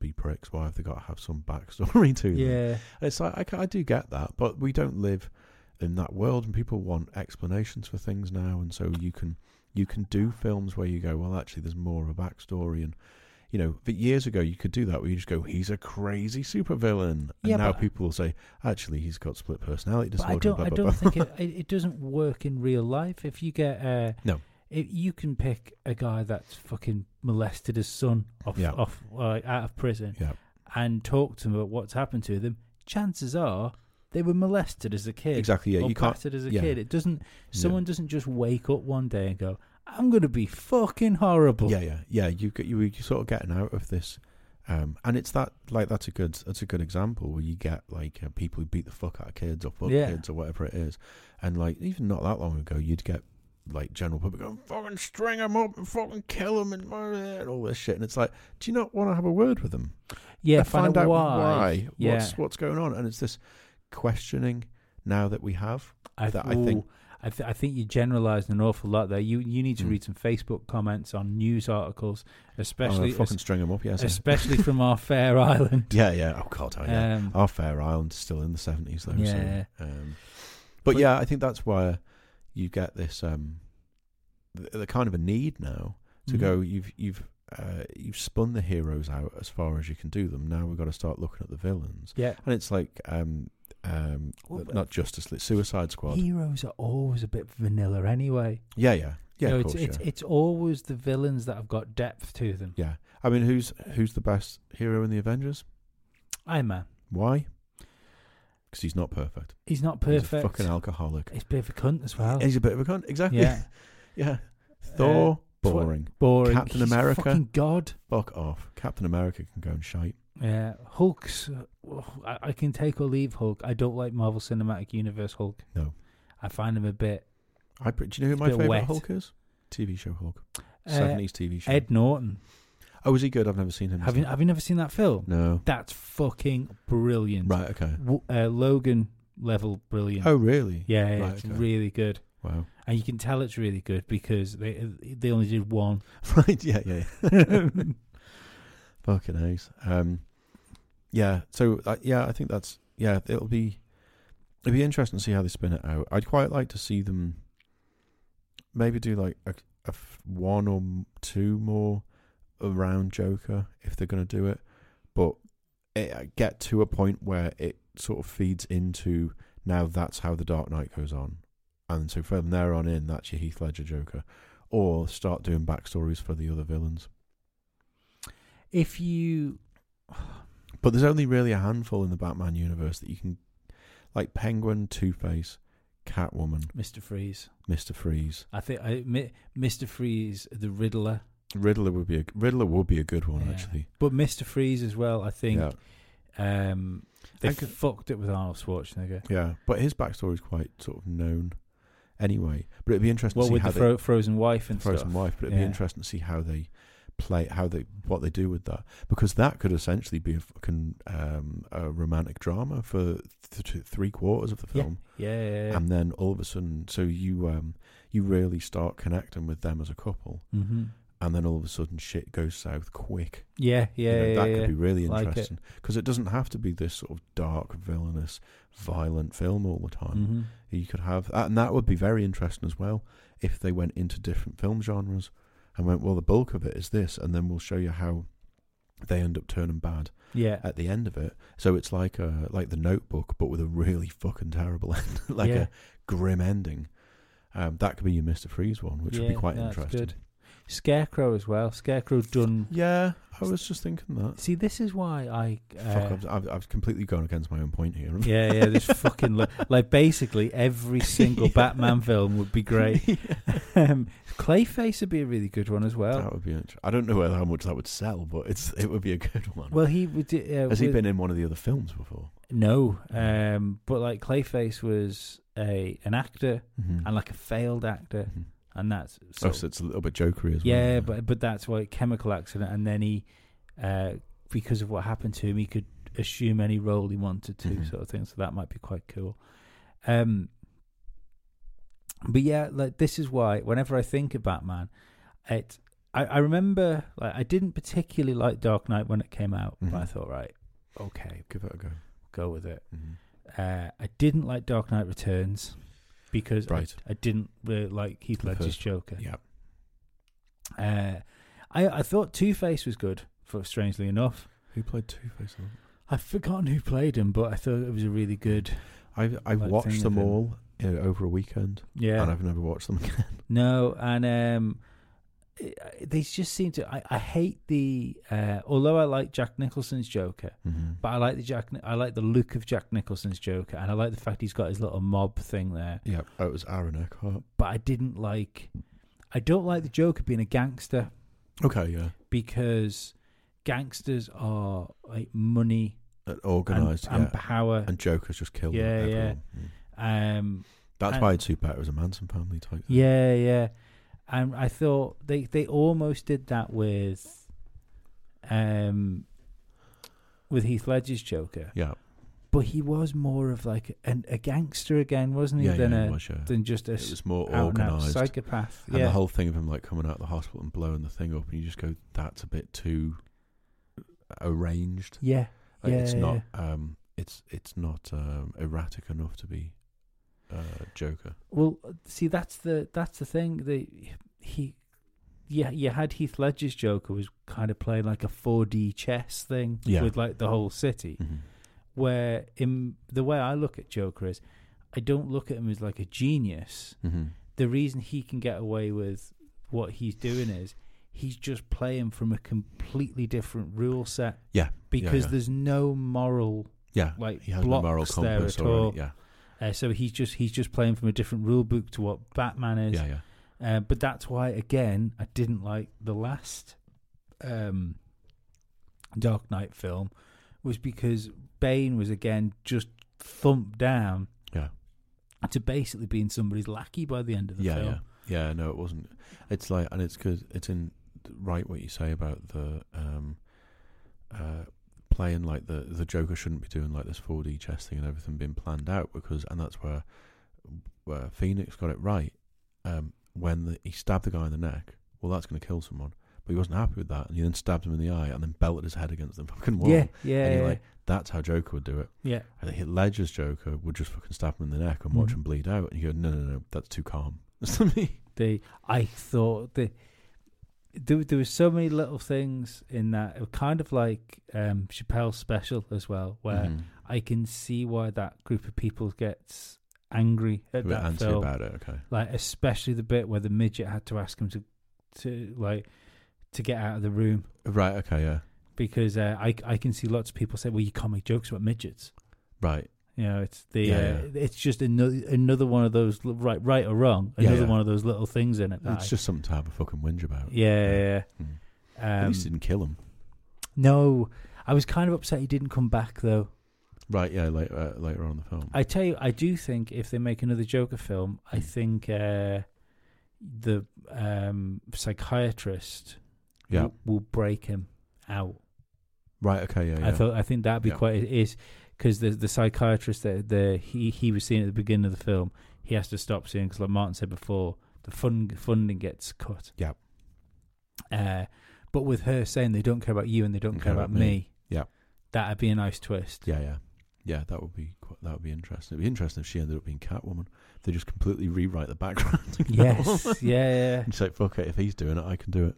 B: Be pricks. Why have they got to have some backstory to them?
A: Yeah.
B: It's like I, ca- I do get that, but we don't live in that world, and people want explanations for things now, and so you can you can do films where you go, well, actually, there's more of a backstory, and you know, but years ago you could do that where you just go, he's a crazy supervillain, and
A: Yeah,
B: now
A: but-
B: people will say, actually, he's got split personality
A: But
B: disorder.
A: I
B: and
A: don't
B: blah,
A: I
B: blah,
A: don't
B: blah.
A: think it, it it doesn't work in real life. If you get uh
B: No.
A: if you can pick a guy that's fucking molested his son off
B: Yeah.
A: off like out of prison
B: Yeah.
A: and talk to him about what's happened to them, chances are they were molested as a kid.
B: Exactly, yeah,
A: Or
B: you can't-
A: battered as a
B: yeah.
A: kid. It doesn't someone doesn't just wake up one day and go, I'm gonna be fucking horrible.
B: Yeah, yeah, yeah. You get you you sort of getting out of this, um, and it's that like that's a good that's a good example where you get like uh, people who beat the fuck out of kids or fuck
A: Yeah.
B: kids or whatever it is, and like even not that long ago you'd get like general public going fucking string them up and fucking kill them and, and all this shit, and it's like, do you not want to have a word with them?
A: Yeah,
B: and
A: find, out why. Yeah.
B: what's what's going on, and it's this questioning now that we have
A: I,
B: that I think.
A: I, th- I think you generalised an awful lot there. You you need to read some Facebook comments on news articles,
B: Hmm. I'm gonna
A: especially
B: "Oh, fucking string them up, yes.
A: especially from our fair island.
B: Yeah, yeah. Oh God, oh, yeah.
A: Um,
B: Our Fair Island is still in the seventies though.
A: Yeah.
B: So, um, but, yeah, I think that's why you get this um, the, the kind of a need now to
A: Mhm.
B: go. You've you've uh, you've spun the heroes out as far as you can do them. Now we've got to start looking at the villains,
A: Yeah,
B: and it's like um, um,
A: Well, but-
B: not Justice League, Suicide Squad.
A: heroes are always a bit vanilla anyway.
B: yeah, yeah,
A: You
B: yeah.
A: know,
B: of
A: it's
B: course,
A: it's
B: yeah.
A: it's always the villains that have got depth to them.
B: yeah. I mean, who's who's the best hero in the Avengers?
A: Iron Man,
B: Why? Because he's not perfect.
A: he's not
B: He's a
A: perfect.
B: fucking alcoholic.
A: He's a bit of a cunt as well.
B: He's a bit of a cunt. Exactly.
A: yeah,
B: Yeah.
A: Oh. Uh,
B: Thor, boring.
A: Boring.
B: Captain
A: He's
B: America?
A: Fucking God.
B: Fuck off. Captain America can go and shite.
A: Yeah. Hulk's. oh, I, I can take or leave Hulk. I don't like Marvel Cinematic Universe Hulk.
B: No.
A: I find him a bit.
B: I, pre- do you know who my
A: bit
B: favourite
A: wet.
B: Hulk is? TV show Hulk.
A: Uh,
B: 70s TV show.
A: Ed Norton.
B: Oh, is he good? I've never seen him.
A: Have you, have you never seen that film?
B: No.
A: That's fucking brilliant.
B: Right, okay.
A: W- uh, Logan level brilliant.
B: Oh, really?
A: yeah, yeah,
B: Right,
A: it's
B: okay.
A: really good,
B: Wow.
A: and you can tell it's really good because they they only did one.
B: Right, yeah, yeah. yeah. Fucking ace. Um, yeah, so, uh, yeah, I think that's, yeah, it'll be, it'll be interesting to see how they spin it out. I'd quite like to see them maybe do like a, a f- one or m- two more around Joker if they're going to do it, but it, uh, get to a point where it sort of feeds into now that's how the Dark Knight goes on, and so from there on in, that's your Heath Ledger Joker, or start doing backstories for the other villains.
A: If you
B: But there's only really a handful in the Batman universe that you can, like Penguin, Two Face, Catwoman,
A: Mister Freeze,
B: Mister Freeze.
A: I think I Mister Freeze, the Riddler,
B: Riddler would be a Riddler would be a good one
A: Yeah.
B: actually.
A: but Mister Freeze as well. I think
B: Yeah,
A: um, they
B: I could-
A: fucked it with Arnold Schwarzenegger.
B: yeah. But his backstory is quite sort of known, anyway. But it'd be interesting
A: Well,
B: to see
A: with
B: how
A: the
B: they-
A: fro- frozen wife and
B: frozen
A: stuff.
B: wife. But it'd be
A: Yeah.
B: interesting to see how they play, how they what they do with that, because that could essentially be a fucking um, a romantic drama for th- th- three quarters of the
A: Yeah.
B: film,
A: Yeah, yeah, yeah.
B: and then all of a sudden, so you um, you really start connecting with them as a couple,
A: hmm
B: and then all of a sudden, shit goes south quick.
A: yeah, yeah,
B: You know,
A: yeah,
B: that
A: yeah.
B: could be really
A: Like it.
B: interesting because it doesn't have to be this sort of dark, villainous, violent film all the time.
A: Mhm.
B: You could have, and that would be very interesting as well if they went into different film genres and went, well, the bulk of it is this, and then we'll show you how they end up turning bad
A: Yeah,
B: at the end of it. So it's like a like the Notebook, but with a really fucking terrible end, like
A: Yeah.
B: a grim ending. Um, that could be your Mister Freeze one, which would be
A: Yeah,
B: quite
A: that's
B: interesting.
A: good. Scarecrow as well. Scarecrow done.
B: Yeah, I was just thinking that.
A: See, this is why I.
B: Fuck,
A: Uh,
B: I've, I've, I've completely gone against my own point here. haven't I?
A: yeah, yeah. This fucking lo- like basically every single
B: Yeah.
A: Batman film would be great. um, Clayface would be a really good one as well.
B: That would be. Int- I don't know whether how much that would sell, but it's it would be a good one.
A: Well, he would. Uh,
B: Has he
A: with-
B: been in one of the other films before?
A: No, um, but like Clayface was a an actor
B: Mm-hmm.
A: and like a failed actor,
B: Mhm.
A: and that's so,
B: oh, so it's a little bit jokery as well.
A: yeah, but but that's why chemical accident, and then he, uh, because of what happened to him, he could assume any role he wanted to,
B: Mhm.
A: sort of thing. So that might be quite cool. Um, but yeah, like this is why whenever I think of Batman, it I, I remember like I didn't particularly like Dark Knight when it came out, but I
B: Mhm.
A: thought right, okay,
B: give it a go.
A: go with it.
B: Mm-hmm.
A: Uh, I didn't like Dark Knight Returns because I-
B: Right.
A: I, didn't really like Heath
B: The
A: Ledger's
B: first
A: Joker.
B: Yeah,
A: Uh, I I thought Two Face was good. For strangely enough,
B: who played Two Face?
A: I've forgotten who played him, but I thought it was a really good.
B: I I
A: Like thing
B: watched them
A: with him.
B: all uh, over a weekend,
A: Yeah.
B: and I've never watched them again.
A: no, and um, it- they just seem to. I, I hate the. Uh, although I like Jack Nicholson's Joker, but I like the Jack. I like the look of Jack Nicholson's Joker, and I like the fact he's got his little mob thing there.
B: Yeah, oh, it was Aaron Eckhart.
A: But I didn't like. I don't like the Joker being a gangster.
B: Okay, yeah,
A: because gangsters are like money
B: An
A: and,
B: organised. yeah,
A: and power.
B: and Joker's just killed.
A: Yeah, yeah.
B: everyone. Mm.
A: um,
B: That's
A: And-
B: why I'd super. It was a Manson family type. thing.
A: yeah, yeah. And I thought they they almost did that with, um, with Heath Ledger's Joker,
B: yeah,
A: but he was more of like an, a gangster again, wasn't he?
B: yeah,
A: than
B: yeah,
A: a
B: it was, yeah.
A: than just a
B: It was more
A: out and out
B: organised.
A: psychopath.
B: And
A: yeah,
B: the whole thing of him like coming out of the hospital and blowing the thing up, and you just go, "That's a bit too arranged.
A: yeah,
B: Like,
A: yeah.
B: it's not.
A: yeah.
B: Um, it's it's not um, erratic enough to be uh, Joker.
A: Well, see, that's the that's the thing. The he, yeah, you had Heath Ledger's Joker was kind of playing like a 4D chess thing
B: Yeah.
A: with like the whole city.
B: Mm-hmm.
A: Where in the way I look at Joker is, I don't look at him as like a genius.
B: Mm-hmm.
A: The reason he can get away with what he's doing is he's just playing from a completely different rule set
B: Yeah,
A: because
B: yeah.
A: there's no moral
B: yeah,
A: like,
B: he has no moral
A: blocks there
B: compass
A: at
B: already.
A: all.
B: Yeah,
A: uh, so he's just he's just playing from a different rule book to what Batman is
B: yeah, yeah.
A: Uh, but that's why, again, I didn't like the last um, Dark Knight film, was because Bane was again just thumped down
B: Yeah.
A: to basically being somebody's lackey by the end of the
B: yeah,
A: film.
B: yeah, yeah. No, it wasn't. It's like, and it's because it's in right what you say about the um, uh, playing like the the Joker shouldn't be doing like this 4D chess thing and everything being planned out because, and that's where where Phoenix got it right um, when the, he stabbed the guy in the neck. Well, that's going to kill someone, but he wasn't happy with that, and he then stabbed him in the eye and then belted his head against the fucking wall.
A: Yeah, yeah,
B: And you're
A: yeah.
B: like, that's how Joker would do it.
A: Yeah.
B: I think Ledger's Joker would just fucking stab him in the neck and watch
A: Mhm.
B: him bleed out, and you go, no, no, no, that's too calm. That's to me.
A: They, I thought the there, there was so many little things in that, It was kind of like um, Chappelle's special as well, where
B: Mhm.
A: I can see why that group of people gets angry
B: A
A: at
B: bit
A: that
B: antsy
A: film.
B: about it. Okay.
A: Like especially the bit where the midget had to ask him to, to like, to get out of the room
B: Right. Okay. Yeah.
A: because uh, I I can see lots of people say, well, you can't make jokes about midgets.
B: Right.
A: You know, it's the
B: Yeah,
A: uh, it's just another another one of those li- right right or wrong
B: Yeah,
A: another
B: yeah.
A: one of those little things in it. that
B: it's
A: I-
B: just something to have a fucking whinge about.
A: yeah. yeah, yeah.
B: Mm. At
A: Um,
B: least he didn't kill him.
A: no, I was kind of upset he didn't come back though.
B: Right. Yeah. Later. Uh, later on in the film.
A: I tell you, I do think if they make another Joker film,
B: Hmm.
A: I think uh, the um, psychiatrist
B: yeah.
A: w- will break him out.
B: Right. Okay. Yeah. Yeah.
A: I thought I think that'd be
B: Yeah.
A: quite it is because the the psychiatrist that the he he was seeing at the beginning of the film, he has to stop seeing because like Martin said before, the fund funding gets cut.
B: Yeah.
A: Uh, but with her saying they don't care about you and they don't
B: Don't
A: care about, me,
B: Yeah.
A: that'd be a nice twist.
B: Yeah. Yeah. Yeah. That would be quite, that would be interesting. It'd be interesting if she ended up being Catwoman. They just completely rewrite the background. in
A: Yes,
B: Catwoman.
A: yeah, yeah.
B: And she's like, fuck it. If he's doing it, I can do it.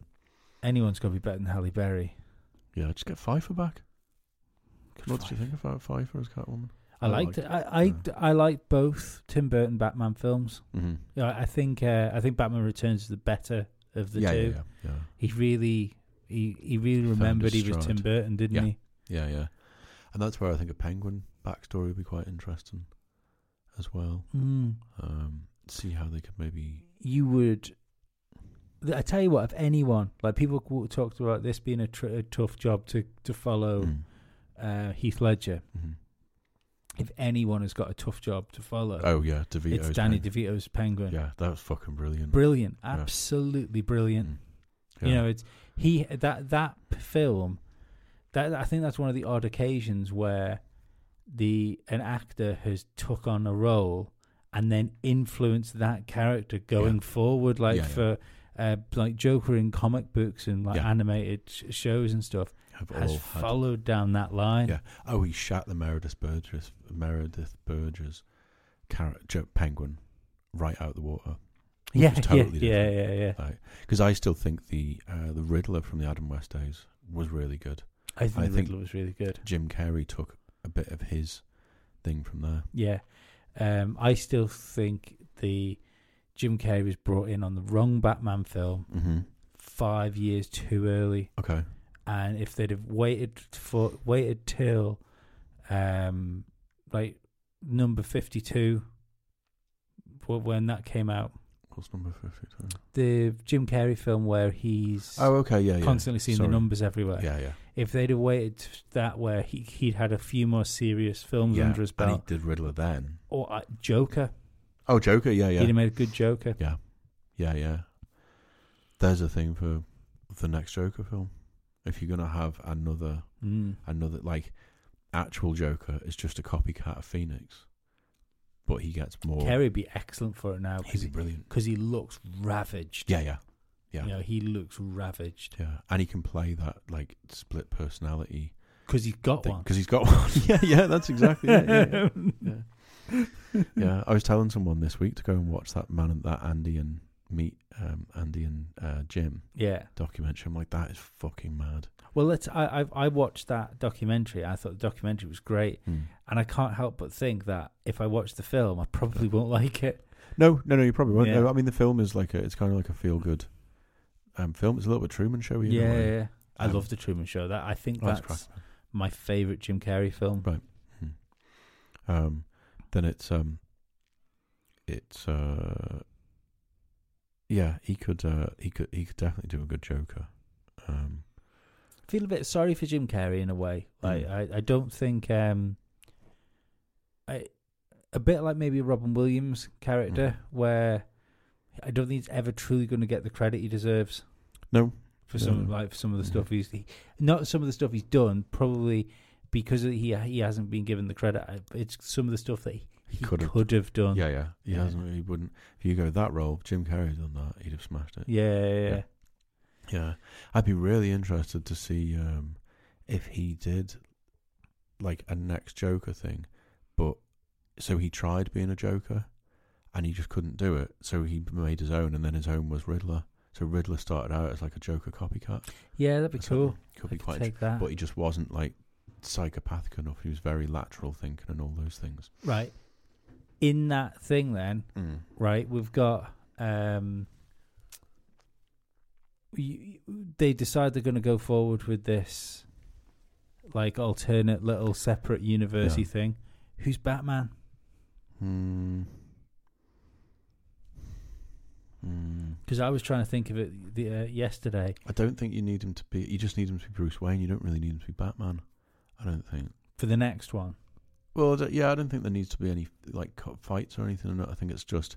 A: Anyone's got to be better than Halle Berry.
B: Yeah. Just get Pfeiffer back.
A: Good
B: What did you
A: fight.
B: think about Pfeiffer as Catwoman?
A: I
B: I
A: liked it.
B: liked
A: I I,
B: Yeah.
A: I like both Tim Burton Batman films.
B: Mm-hmm.
A: Yeah, I I think uh, I think Batman Returns is the better of the
B: yeah,
A: two.
B: yeah. Yeah. Yeah.
A: he really he, he really
B: Found
A: remembered
B: his
A: he was
B: stride.
A: Tim Burton, didn't
B: Yeah.
A: he?
B: Yeah, yeah. And that's where I think a penguin backstory would be quite interesting as well.
A: Mm.
B: Um, see how they could maybe.
A: You would. I tell you what, if anyone like people w- talked about this being a, tr- a tough job to to follow
B: Mm,
A: uh, Heath Ledger,
B: mhm.
A: if anyone has got a tough job to follow,
B: Oh, yeah, DeVito's.
A: it's Danny
B: penguin.
A: DeVito's Penguin.
B: Yeah, that was fucking brilliant.
A: Brilliant, absolutely brilliant.
B: Mm.
A: You know, it's he that that p- film. That I think that's one of the odd occasions where the an actor has took on a role and then influenced that character going
B: Yeah.
A: forward, like
B: Yeah, yeah.
A: for uh, like Joker in comic books and like
B: Yeah.
A: animated sh- shows and stuff,
B: have
A: has
B: all had-
A: followed down that line.
B: Yeah. Oh, he shat the Meredith Burgess, Meredith Burgess character, penguin, right out the water.
A: yeah,
B: was totally
A: yeah,
B: different.
A: yeah, yeah, yeah.
B: Because I still think the uh, the Riddler from the Adam West days was really good.
A: I think
B: I
A: the
B: think-
A: Riddler was really good.
B: Jim Carrey took a bit of his thing from there.
A: Yeah. Um, I still think the Jim Carrey was brought in on the wrong Batman film
B: Mm-hmm.
A: five years too early,
B: Okay.
A: and if they'd have waited for waited till, um, like number fifty two, when that came out,
B: What's number 52?
A: the Jim Carrey film where he's
B: Oh, okay, yeah, yeah.
A: constantly seeing
B: Sorry.
A: the numbers everywhere.
B: Yeah, yeah.
A: If they'd have waited t- that, where he he'd had a few more serious films
B: yeah.
A: under his
B: and he
A: belt,
B: did Riddler then.
A: or uh, Joker,
B: Oh, Joker, yeah,
A: he'd have
B: yeah.
A: made a good Joker.
B: Yeah, yeah, yeah. There's a thing for the next Joker film. If you're going to have another,
A: Mm.
B: another, like, actual Joker is just a copycat of Phoenix, but he gets more.
A: Carey would be excellent for it now
B: He'd
A: because
B: be brilliant.
A: he looks ravaged.
B: Yeah, yeah. Yeah.
A: You know, he looks ravaged
B: Yeah. And he can play that, like, split personality.
A: because he's got one.
B: Because he's got one. yeah, yeah, that's exactly it. yeah, yeah. yeah. yeah, I was telling someone this week to go and watch that man and that Andy and meet um, Andy and uh, Jim
A: yeah.
B: documentary. I'm like, that is fucking mad.
A: Well, let's. I I've, I watched that documentary. I thought the documentary was great,
B: Hmm.
A: and I can't help but think that if I watch the film, I probably won't like it.
B: No, no, no, you probably won't.
A: Yeah.
B: No, I mean the film is like a, it's kind of like a feel good um, film. It's a little bit Truman Showy. in a
A: yeah,
B: way.
A: yeah. I
B: Um,
A: love the Truman Show. That I think
B: Oh, that's
A: that's,
B: cracking.
A: my favorite Jim Carrey film.
B: Right. Um, then it's um, it's uh, yeah, he could. Uh, he could. He could definitely do a good Joker. Um,
A: I feel a bit sorry for Jim Carrey in a way. Like I, I don't think um, I a bit like maybe Robin Williams' character, where I don't think he's ever truly going to get the credit he deserves.
B: no,
A: for some
B: No.
A: like for some of the
B: Mhm.
A: stuff he's he, not some of the stuff he's done probably because he he hasn't been given the credit. I- It's some of the stuff that he, he
B: could've-
A: could have done.
B: yeah, yeah, he
A: Yeah.
B: hasn't. He wouldn't. If you go that role, Jim Carrey had done that. He'd have smashed it.
A: yeah, yeah, yeah.
B: Yeah. Yeah, I'd be really interested to see um, if he did like a next Joker thing, but so he tried being a Joker, and he just couldn't do it. So he made his own, and then his own was Riddler. So Riddler started out as like a Joker copycat.
A: Yeah, that'd be
B: or
A: cool.
B: something. Could be
A: I could
B: quite,
A: take
B: interesting.
A: that.
B: but he just wasn't like psychopathic enough. He was very lateral thinking and all those things.
A: Right. In that thing, then,
B: Mm.
A: right, we've got. um you, They decide they're going to go forward with this, like alternate little separate university
B: Yeah.
A: thing. Who's Batman?
B: Hmm. Hmm.
A: Because I was trying to think of it the, uh, yesterday.
B: I don't think you need him to be. You just need him to be Bruce Wayne. You don't really need him to be Batman. I don't think.
A: for the next one.
B: Well, I don't- yeah, I don't think there needs to be any like co- fights or anything. I think it's just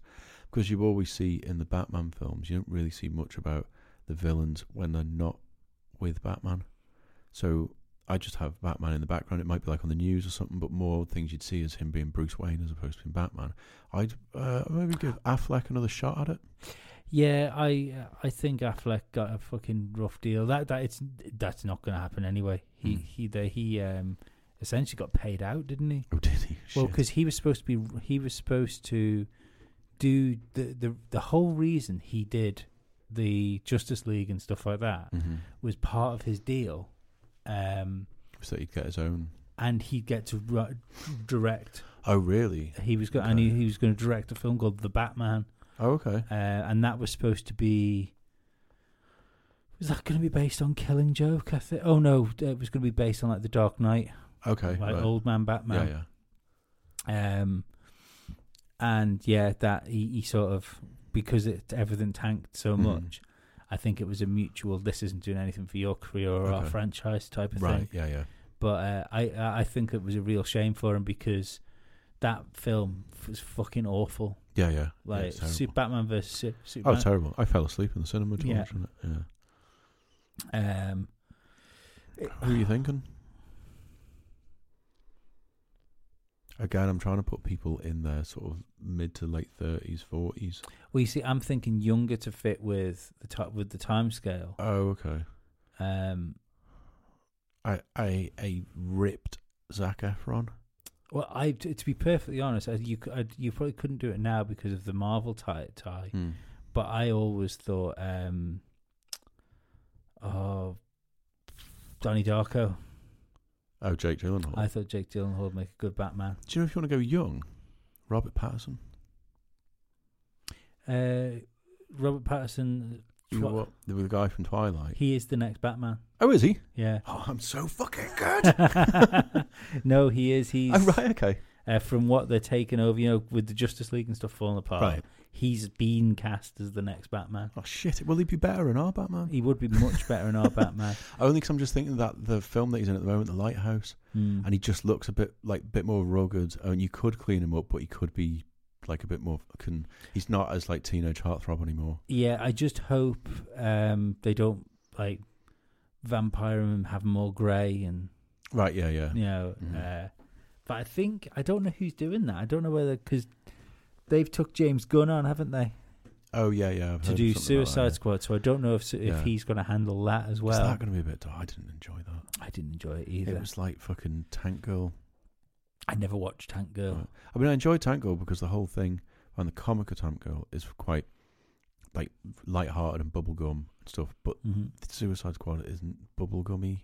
B: because you always see in the Batman films, you don't really see much about the villains when they're not with Batman. So I just have Batman in the background. It might be like on the news or something, but more things you'd see is him being Bruce Wayne as opposed to being Batman. I'd uh, maybe give Affleck another shot at it.
A: Yeah, I uh, I think Affleck got a fucking rough deal. That that it's that's not going to happen anyway. He
B: Hmm.
A: he they, he um essentially got paid out, didn't he?
B: Oh, did he?
A: Well,
B: Shit.
A: because he was supposed to be he was supposed to do the the the whole reason he did the Justice League and stuff like that
B: Mhm.
A: was part of his deal. Um,
B: so he'd get his own.
A: and he'd get to ru- direct.
B: Oh, really?
A: He was going and he,
B: Okay.
A: he was going to direct a film called The Batman.
B: Oh, okay.
A: uh, and that was supposed to be. Was that going to be based on Killing Joke? I think. Oh no, it was going to be based on like The Dark Knight,
B: Okay.
A: like
B: right.
A: Old Man
B: yeah,
A: Batman.
B: yeah.
A: Um, and yeah, that he, he sort of because it everything tanked so
B: Mhm.
A: much. I think it was a mutual. This isn't doing anything for your career or our
B: Okay.
A: franchise type of
B: Right.
A: thing.
B: Yeah, yeah.
A: But uh, I I I think it was a real shame for him because that film was fucking awful.
B: Yeah, yeah. yeah,
A: Like
B: it's terrible.
A: Su- Batman versus Su-
B: Oh,
A: Superman.
B: terrible! I fell asleep in the cinema to
A: Yeah.
B: watch it. Yeah.
A: Um,
B: Who are you thinking? Again, I'm trying to put people in their sort of mid to late thirties, forties.
A: Well, you see, I'm thinking younger to fit with the ti with the time scale.
B: Oh, okay.
A: Um,
B: I I I ripped Zac Efron.
A: well, I t- to be perfectly honest, I, you c- I, you probably couldn't do it now because of the Marvel tie, tie But I always thought, um, oh, Donnie Darko.
B: Oh, Jake Gyllenhaal.
A: I thought Jake Gyllenhaal would make a good Batman.
B: Do you know if you want to go young? Robert Patterson.
A: Uh, Robert Patterson,
B: You know
A: Twi-
B: what? The, the guy from Twilight.
A: he is the next Batman.
B: oh, is he?
A: Yeah.
B: Oh, I'm so fucking good.
A: no, he is. He's
B: oh, right. Okay.
A: uh, from what they're taking over, you know, with the Justice League and stuff falling apart.
B: Right.
A: He's been cast as the next Batman.
B: Oh shit! Will he be better in our Batman?
A: He would be much better in our Batman.
B: Only because I'm just thinking that the film that he's in at the moment, The Lighthouse,
A: Hmm.
B: and he just looks a bit like bit more rugged. And you could clean him up, but he could be like a bit more. Can he's not as like teenage heartthrob anymore?
A: Yeah, I just hope um, they don't like vampire him, and have him all grey, and
B: Right? Yeah, yeah.
A: you know.
B: Mhm.
A: Uh, but I think I don't know who's doing that. I don't know whether because they've took James Gunn on, haven't they,
B: Oh yeah, yeah. I've
A: to
B: heard
A: do
B: something about
A: Suicide
B: that,
A: Squad? So I don't know if if
B: Yeah.
A: he's going to handle that as
B: yeah. Is
A: well.
B: that going to be a bit? I didn't enjoy that.
A: I didn't enjoy it either.
B: It was like fucking Tank Girl.
A: I never watched Tank Girl.
B: Right. I mean, I enjoy Tank Girl because the whole thing and the comic of Tank Girl is quite like light-hearted and bubblegum and stuff. But
A: Mhm.
B: Suicide Squad isn't bubblegummy.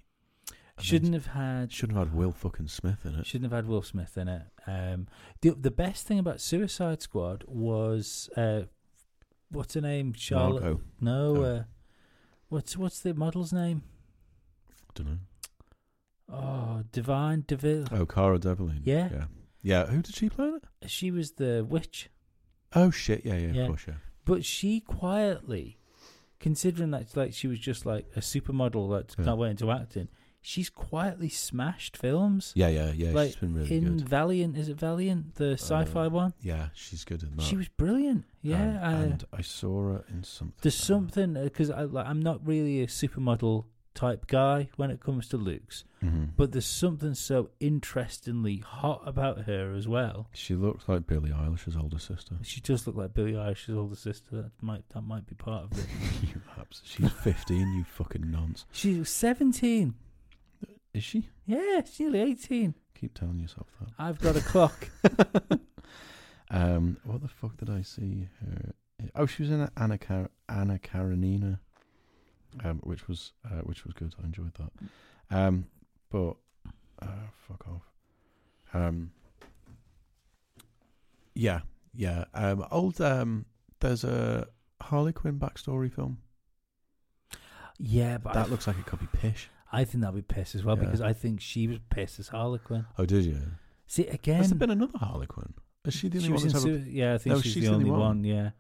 B: And
A: Shouldn't have had
B: it shouldn't have had Will fucking Smith in it.
A: Shouldn't have had Will Smith in it. Um, the the best thing about Suicide Squad was uh, what's her name? Charlotte.
B: Margot.
A: No,
B: Oh.
A: uh, what's what's the model's name?
B: Don't know.
A: Oh, Divine Deville.
B: Oh, Cara Delevingne.
A: Yeah.
B: yeah, yeah. Who did she play in it?
A: She was the witch.
B: Oh shit! Yeah, yeah,
A: Yeah.
B: of course, yeah.
A: But she quietly, considering that like she was just like a supermodel that
B: Yeah.
A: got went into acting, she's quietly smashed films.
B: Yeah, yeah, yeah.
A: like
B: she's been really
A: in
B: good.
A: Valiant, is it Valiant, the sci-fi one?
B: Yeah, she's good in that.
A: She was brilliant. Yeah,
B: and,
A: uh,
B: and I saw her in something.
A: there's something because I like, I'm not really a supermodel type guy when it comes to looks,
B: Mhm.
A: but there's something so interestingly hot about her as well.
B: She looks like Billie Eilish's older sister.
A: She does look like Billie Eilish's older sister. That might that might be part of it.
B: you abs- She's 15, you fucking nonce.
A: She's 17.
B: Is she?
A: Yeah, she's nearly 18.
B: Keep telling yourself that.
A: I've got a clock.
B: Um, what the fuck did I see her? in? Oh, she was in Anna Car- Anna Karenina, um, which was uh, which was good. I enjoyed that. Um, but uh, fuck off. Um, yeah, yeah. Um, old. Um, there's a Harley Quinn backstory film
A: Yeah, but
B: that
A: I,
B: looks like it could be pish.
A: I think that'll be pissed as well
B: Yeah.
A: because I think she was pissed as Harlequin.
B: Oh, did you?
A: See again,
B: Has there been another Harley Quinn? Is she the only
A: she was
B: one?
A: in.
B: That's ever...
A: Su- yeah, I think
B: No,
A: she's, the, only one. Yeah,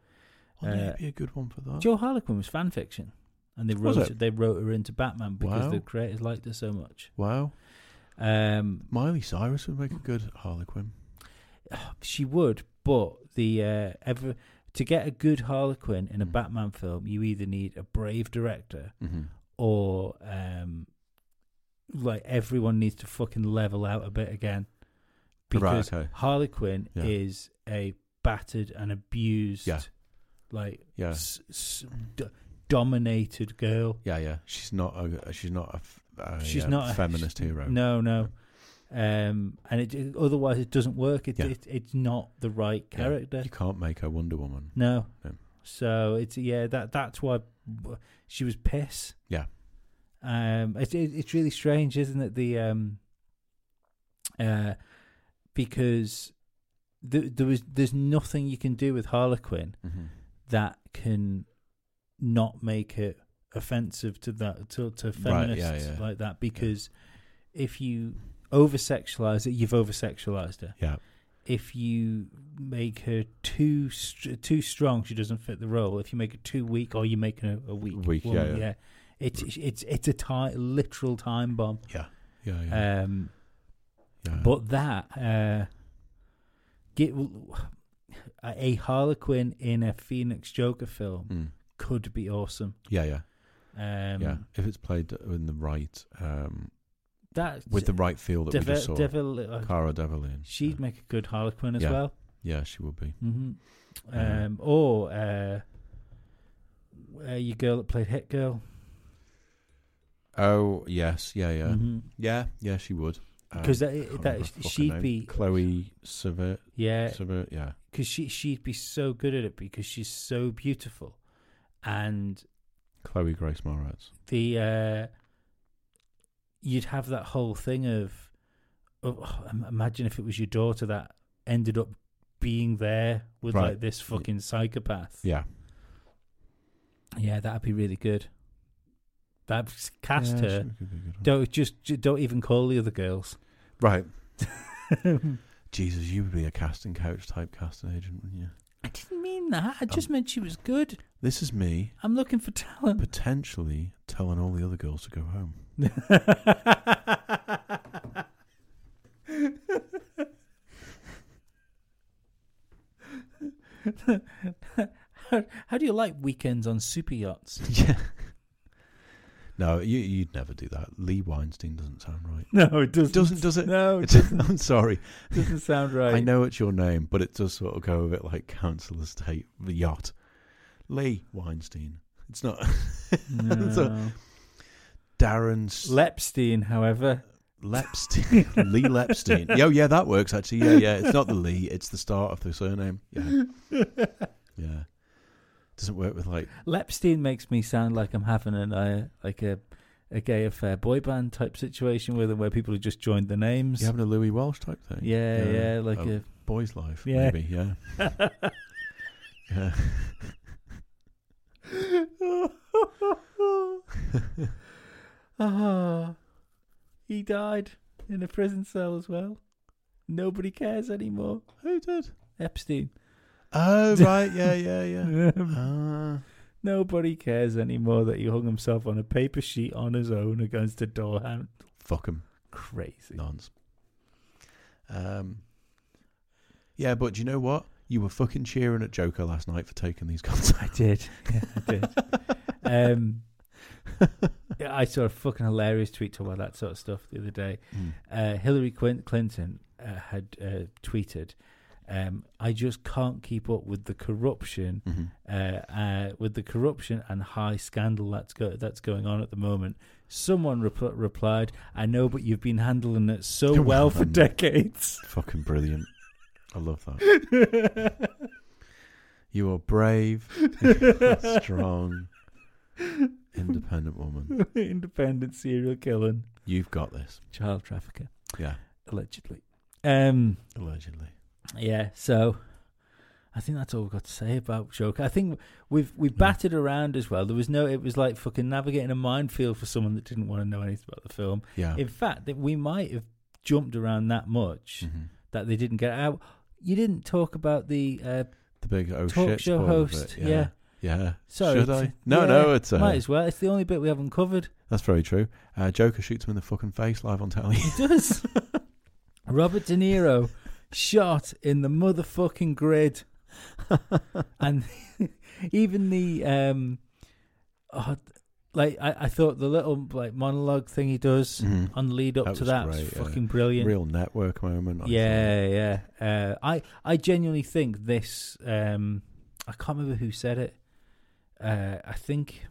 B: Oh, yeah,
A: uh,
B: it'd be a good one for that.
A: Joe Harlequin was fan fiction, and they
B: Was
A: wrote
B: it?
A: they wrote her into Batman because
B: Wow.
A: the creators liked her so much.
B: Wow,
A: Um,
B: Miley Cyrus would make a good Harley Quinn.
A: she would, but the uh, ever to get a good Harlequin in a
B: Mm.
A: Batman film, you either need a brave director
B: Mm-hmm.
A: or um, like everyone needs to fucking level out a bit again because
B: okay.
A: Harley Quinn
B: Yeah.
A: is a battered and abused,
B: Yeah.
A: like
B: Yeah.
A: s- s- d- dominated girl.
B: Yeah, yeah. She's not a. She's not a. f- a,
A: She's
B: uh,
A: not a-
B: feminist hero.
A: No, no. Um, and it, it- otherwise it doesn't work. It,
B: Yeah.
A: it it's not the right
B: Yeah.
A: character.
B: You can't make her Wonder Woman.
A: No.
B: No.
A: So it's yeah that that's why she was piss.
B: Yeah.
A: Um, it, it, it's really strange, isn't it? The um, uh, because th- there was there's nothing you can do with Harlequin that can not make it offensive to that to, to
B: Right,
A: feminists
B: yeah, yeah.
A: like that because if you over sexualize it you've over sexualized her
B: Yeah.
A: if you make her too str- too strong she doesn't fit the role if you make her too weak or you make her a weak,
B: Weak, yeah,
A: woman,
B: yeah.
A: It's, it's it's a ti literal time bomb
B: Yeah. Yeah. Yeah.
A: um
B: yeah.
A: but that uh, get a Harlequin in a Phoenix Joker film
B: Mm.
A: could be awesome.
B: Yeah. Yeah.
A: Um,
B: yeah. If it's played in the right, um,
A: that
B: with the right feel that we just saw, Cara Delevingne.
A: uh, she'd make a good Harlequin as
B: Yeah.
A: well.
B: Yeah, she would be.
A: hmm
B: Yeah.
A: Um, or uh, uh, your girl that played Hit Girl. Mm-hmm.
B: Oh yes. Yeah. Yeah.
A: Mhm.
B: Yeah. Yeah. She would. Um,
A: 'Cause that-
B: I
A: that-
B: can't remember her fucking
A: she'd
B: name.
A: be- Uh,
B: Chloe Severt.
A: Yeah,
B: Severt. Yeah.
A: because she she'd be so good at it because she's so beautiful, and
B: Chloe Grace Moretz.
A: the uh, you'd have that whole thing of oh, im- imagine if it was your daughter that ended up being there with
B: Right.
A: like this fucking psychopath.
B: Yeah.
A: Yeah, that'd be really good. That cast
B: Yeah,
A: her.
B: she could be a good one.
A: Don't just, ju- don't even call the other girls.
B: Right. Jesus, you would be a casting couch type casting agent, wouldn't you?
A: I didn't mean that. I just meant she was good.
B: This is me
A: I'm looking for talent.
B: potentially telling all the other girls to go home.
A: how, how do you like weekends on super yachts?
B: Yeah. No, you, you'd never do that. Lee Weinstein doesn't sound right.
A: No, it doesn't.
B: Doesn't does it?
A: No,
B: It
A: it
B: doesn't. I'm sorry.
A: doesn't sound right.
B: I know it's your name, but it does sort of go a bit like council estate yacht. Lee Weinstein. It's not it's not-
A: No.
B: Darren S-
A: Lepstein, however,
B: Lepstein. Lee Lepstein. Yo, yeah, that works actually. Yeah, yeah. It's not the Lee. It's the start of the surname. Yeah. Yeah. Doesn't work with like
A: Lepstein makes me sound like I'm having an uh, like a a gay affair boy band type situation with them where people have just joined the names.
B: you having a Louis Walsh type thing.
A: yeah, yeah, like
B: a boy's life.
A: Yeah.
B: Maybe. Yeah. yeah.
A: a. Ah, he died in a prison cell as well. Nobody cares anymore.
B: Who did?
A: Epstein.
B: Oh right, yeah, yeah, yeah. Ah.
A: Nobody cares anymore that he hung himself on a paper sheet on his own against a door handle.
B: fuck 'em.
A: Crazy.
B: nonce. Um, yeah, but do you know what? You were fucking cheering at Joker last night for taking these guns.
A: I did. Yeah, I did. um, yeah, I saw a fucking hilarious tweet about that sort of stuff the other day. Uh, Hillary Quin- Clinton uh, had uh, tweeted, um, "I just can't keep up with the corruption, uh, uh, with the corruption and high scandal that's go- that's going on at the moment." Someone repl replied, "I know, but you've been handling it so
B: Well
A: well for
B: done.
A: decades."
B: fucking brilliant. I love that. you are brave, you are strong, independent woman.
A: Independent serial killing,
B: You've got this.
A: child trafficker,
B: Yeah,
A: allegedly. Um.
B: allegedly.
A: Yeah, so I think that's all we've got to say about Joker. I think we've
B: Hmm.
A: we've batted around as well. There was no it was like fucking navigating a minefield for someone that didn't want to know anything about the film.
B: Yeah.
A: In fact, that we might have jumped around that much
B: Mm-hmm.
A: that they didn't get out. You didn't talk about the uh
B: the big oh
A: Talk
B: shit
A: show
B: spoiler
A: host,
B: bit,
A: yeah.
B: yeah.
A: sorry.
B: Should
A: it's-
B: I? No,
A: yeah,
B: no, it's uh,
A: might as well. It's the only bit we haven't covered.
B: that's very true. Uh, Joker shoots him in the fucking face live on telly.
A: It does. Robert De Niro shot in the motherfucking grid, and even the um, oh, like I, I thought the little like monologue thing he does on the lead up
B: Mm-hmm.
A: to
B: That was
A: that was
B: great, yeah.
A: fucking brilliant.
B: Real network moment. I
A: yeah, yeah. Uh, I I genuinely think this. Um, I can't remember who said it. Uh, I think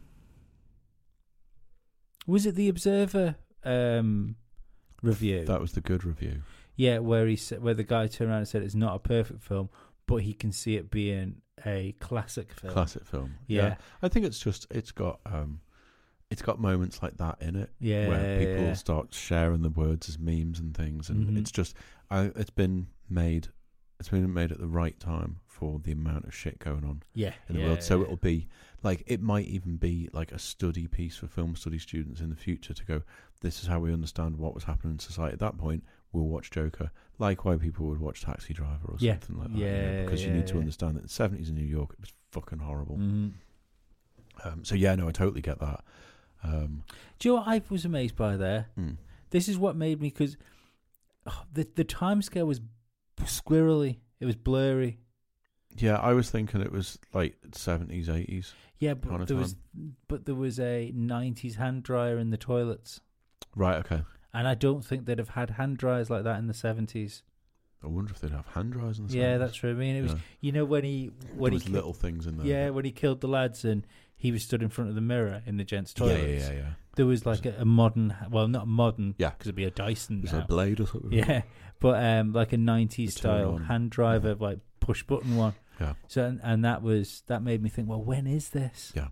A: was it the Observer um, review.
B: think. That was the good review.
A: Yeah, where he said, where the guy turned around and said it's not a perfect film, but he can see it being a classic film.
B: classic film.
A: Yeah.
B: I think it's just it's got um, it's got moments like that in it.
A: Yeah,
B: where people
A: yeah.
B: start sharing the words as memes and things, and
A: Mhm.
B: it's just I, it's been made, it's been made at the right time for the amount of shit going on
A: Yeah,
B: in
A: yeah,
B: the world. So
A: yeah.
B: it'll be like it might even be like a study piece for film study students in the future to go. This is how we understand what was happening in society at that point. We'll watch Joker, like why people would watch Taxi Driver or
A: Yeah.
B: something like that. you know,
A: Yeah,
B: because you
A: yeah,
B: need to
A: yeah.
B: understand that in the seventies in New York it was fucking horrible.
A: Mm.
B: Um, so yeah, no, I totally get that. Um,
A: Do you know what I was amazed by there?
B: Mm.
A: This is what made me because the the time scale was squirrely. It was blurry.
B: yeah, I was thinking it was like seventies, eighties.
A: Yeah, but
B: Kind of
A: there was but there was a '90s hand dryer in the toilets,
B: Right, okay.
A: and I don't think they'd have had hand dryers like that in the '70s.
B: I wonder if they'd have hand dryers in the
A: Yeah,
B: 70s.
A: that's true. I mean, it was
B: Yeah.
A: you know when he when
B: there was
A: he ki-
B: little things in there.
A: Yeah, when he killed the lads and he was stood in front of the mirror in the gents'
B: yeah,
A: toilets.
B: yeah, yeah, yeah.
A: There was like a, a modern, well, not modern,
B: Yeah.
A: because it'd be a Dyson
B: There's
A: now.
B: a blade or something.
A: yeah, but um, like a '90s
B: The turn
A: style
B: on.
A: hand driver, like push button one.
B: Yeah.
A: So and, and that was that made me think. Well, when is this?
B: Yeah.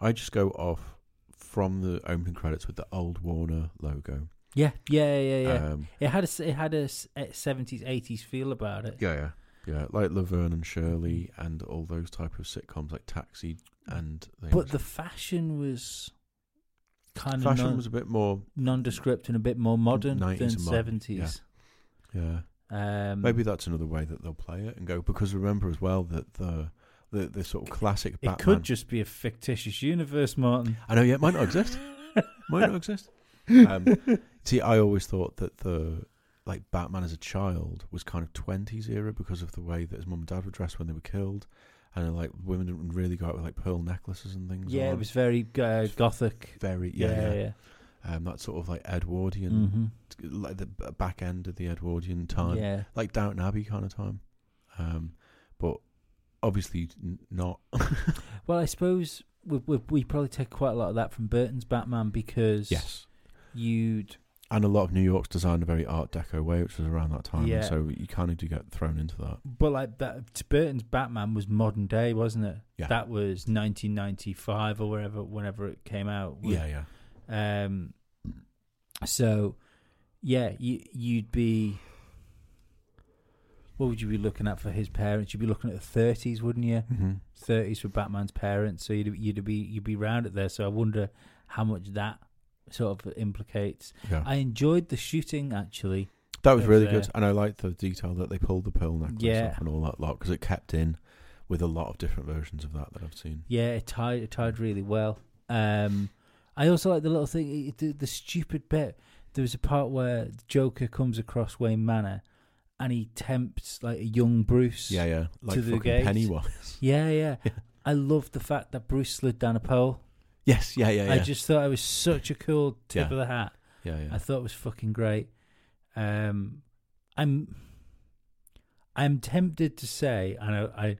B: I just go off from the opening credits with the old Warner logo.
A: Yeah, yeah, yeah, yeah.
B: Um,
A: it had a s- it had a seventies, eighties feel about it.
B: yeah, yeah. Yeah, like Laverne and Shirley and all those type of sitcoms like Taxi and things.
A: But the fashion was kind
B: fashion
A: of non-
B: was a bit more,
A: nondescript and a bit more modern
B: 90s
A: than
B: and modern,
A: seventies.
B: yeah.
A: Um,
B: Maybe that's another way that they'll play it and go because remember as well that the the, the sort of classic
A: It
B: Batman.
A: could just be a fictitious universe, Martin.
B: I know, yeah, it might not exist. might not exist. Um, see, I always thought that the like Batman as a child was kind of twenties era because of the way that his mum and dad were dressed when they were killed, and like women didn't really go out with like pearl necklaces and things.
A: Yeah,
B: on.
A: it was very uh, gothic.
B: very yeah, yeah. Um, that sort of like Edwardian,
A: Mhm.
B: like the b- back end of the Edwardian time.
A: Yeah.
B: like Downton Abbey kind of time. Um, but obviously n- not.
A: Well, I suppose we, we, we probably take quite a lot of that from Burton's Batman because you'd
B: And a lot of New York's designed a very Art Deco way, which was around that time.
A: Yeah.
B: So you kind of do get thrown into that.
A: but like that t- Burton's Batman was modern day, wasn't it?
B: Yeah.
A: That was 1995 or wherever whenever it came out.
B: yeah.
A: Um, so, yeah, you, you'd be. What would you be looking at for his parents? You'd be looking at the thirties, wouldn't you? Thirties for Batman's parents. So you'd you'd be you'd be round it there. So I wonder how much that sort of implicates.
B: Yeah.
A: I enjoyed the shooting actually.
B: That was
A: Over
B: really
A: there.
B: good. And I liked the detail that they pulled the pearl necklace
A: Yeah.
B: off and all that lot because it kept in. with a lot of different versions of that that I've seen.
A: Yeah, it tied it tied really well. Um, I also like the little thing, the, the stupid bit. There was a part where Joker comes across Wayne Manor, and he tempts like a young Bruce.
B: Yeah, yeah, like
A: To the
B: fucking
A: gate.
B: Pennywise.
A: yeah, yeah. I love the fact that Bruce slid down a pole.
B: yes, yeah, yeah, yeah,
A: I just thought it was such a cool tip
B: Yeah.
A: of the hat.
B: yeah, yeah.
A: I thought it was fucking great. Um, I'm I'm tempted to say, and I, I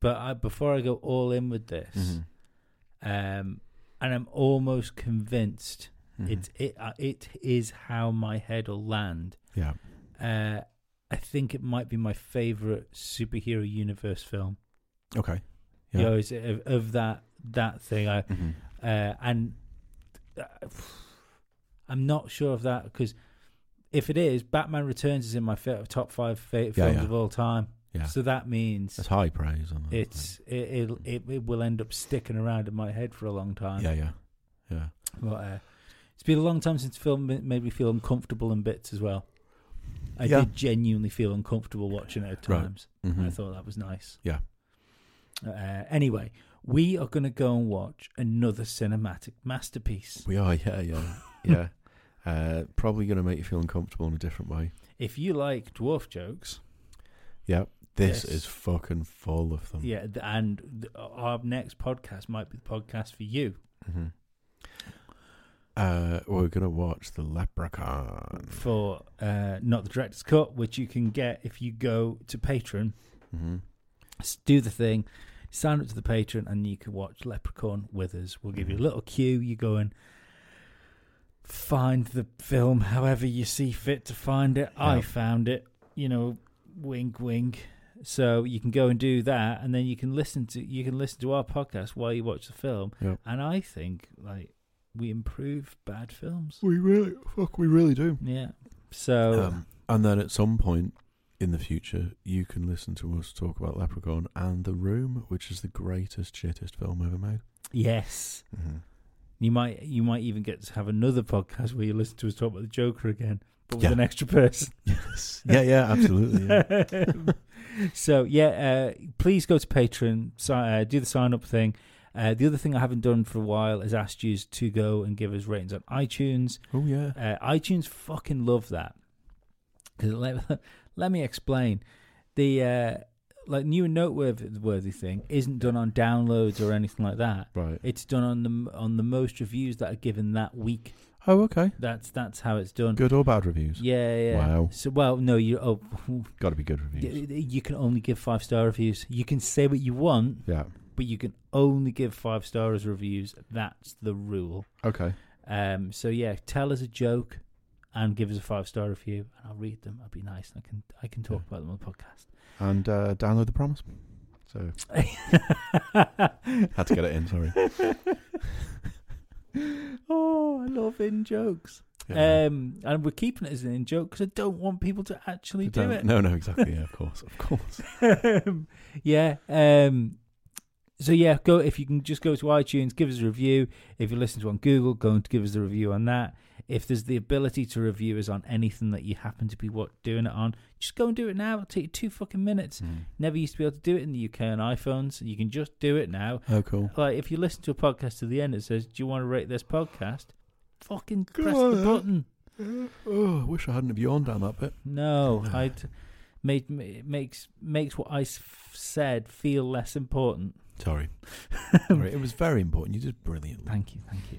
A: but I, before I go all in with this,
B: Mhm.
A: um, and I'm almost convinced
B: Mm-hmm.
A: it's it uh, it is how my head'll land.
B: yeah.
A: Uh, I think it might be my favorite superhero universe film.
B: Okay.
A: Yeah.
B: Yeah.
A: You know, is of, of that that thing. I
B: Mhm.
A: uh, and uh, I'm not sure of that because if it is, Batman Returns is in my fa- top five fa- films
B: yeah.
A: of all time.
B: Yeah.
A: So that means
B: That's high praise on that.
A: it's it, it it it will end up sticking around in my head for a long time.
B: yeah, yeah, yeah.
A: But, uh, it's been a long time since film ma- made me feel uncomfortable in bits as well. I
B: Yeah.
A: did genuinely feel uncomfortable watching it at
B: Right.
A: times.
B: Mhm.
A: I thought that was nice.
B: Yeah.
A: Uh, anyway, we are going to go and watch another cinematic masterpiece.
B: We are, yeah, yeah, yeah. Uh, probably going to make you feel uncomfortable in a different way.
A: If you like dwarf jokes,
B: Yeah, this
A: Yes.
B: is fucking full of them.
A: yeah, th- and th- our next podcast might be the podcast for you.
B: hmm Uh, we're going to watch The Leprechaun.
A: For uh, not the director's cut, which you can get if you go to Patreon,
B: hmm
A: s- do the thing, sign up to the Patreon, and you can watch Leprechaun with us. We'll give you a
B: Mm-hmm.
A: little cue. You go and find the film however you see fit to find it. I
B: Yeah.
A: found it, you know, wink, wink. So you can go and do that, and then you can listen to you can listen to our podcast while you watch the film.
B: Yep.
A: And I think like we improve bad films.
B: We really, fuck, we really do.
A: Yeah. So
B: Um, and then at some point in the future, you can listen to us talk about Leprechaun and The Room, which is the greatest, shittest film ever made.
A: yes, you might you might even get to have another podcast where you listen to us talk about the Joker again, but with
B: Yeah.
A: an extra person.
B: Yes. Yeah, yeah, absolutely. Yeah.
A: so yeah, uh, please go to Patreon, si- uh, do the sign up thing. Uh, the other thing I haven't done for a while is asked you to go and give us ratings on iTunes.
B: Oh, yeah.
A: Uh, iTunes fucking love that because let, let me explain the uh, like new and noteworthy worthy thing isn't done on downloads or anything like that.
B: Right.
A: It's done on the on the most reviews that are given that week.
B: Oh, okay.
A: That's that's how it's done.
B: Good or bad reviews?
A: Yeah, yeah.
B: Wow.
A: So well, no, you oh,
B: Got to be good
A: Y-
B: reviews.
A: You can only give five star reviews. You can say what you want,
B: Yeah.
A: but you can only give five stars reviews. That's the rule.
B: Okay.
A: Um, so yeah, tell us a joke and give us a five star review, and I'll read them. I'll be nice, and I can I can talk about them on the
B: And uh, download the promise. So
A: podcast.
B: had to get it in. Sorry.
A: oh, I love in jokes.
B: Yeah.
A: Um, and we're keeping it as an in joke because I don't want people to actually
B: You
A: do
B: don't-
A: it.
B: No, no, exactly. Yeah, of course, of course.
A: um, yeah. Um, so yeah, go if you can just go to iTunes, give us a review. If you listen to on Google, go and give us a review on that. If there's the ability to review us on anything that you happen to be what doing it on, just go and do it now. It'll take you two fucking minutes. Never used to be able to do it in the UK on iPhones. You can just do it now.
B: Oh, cool.
A: Like if you listen to a podcast to the end, it says, "Do you want to rate this podcast?" Fucking press
B: on,
A: the
B: then.
A: button.
B: Oh, I wish I hadn't have yawned down that bit.
A: No, I'd made it makes makes what I s- said feel less important.
B: Sorry. Sorry. It was very important. You did brilliantly.
A: Thank you, thank you.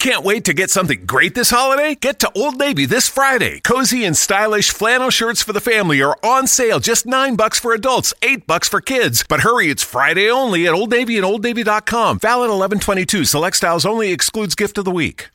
C: Can't wait to get something great this holiday? Get to Old Navy this Friday. Cozy and stylish flannel shirts for the family are on sale just 9 bucks for adults, 8 bucks for kids. But hurry, it's Friday only at Old Navy and oldnavy.com. Valid 1122. Select styles only excludes gift of the week.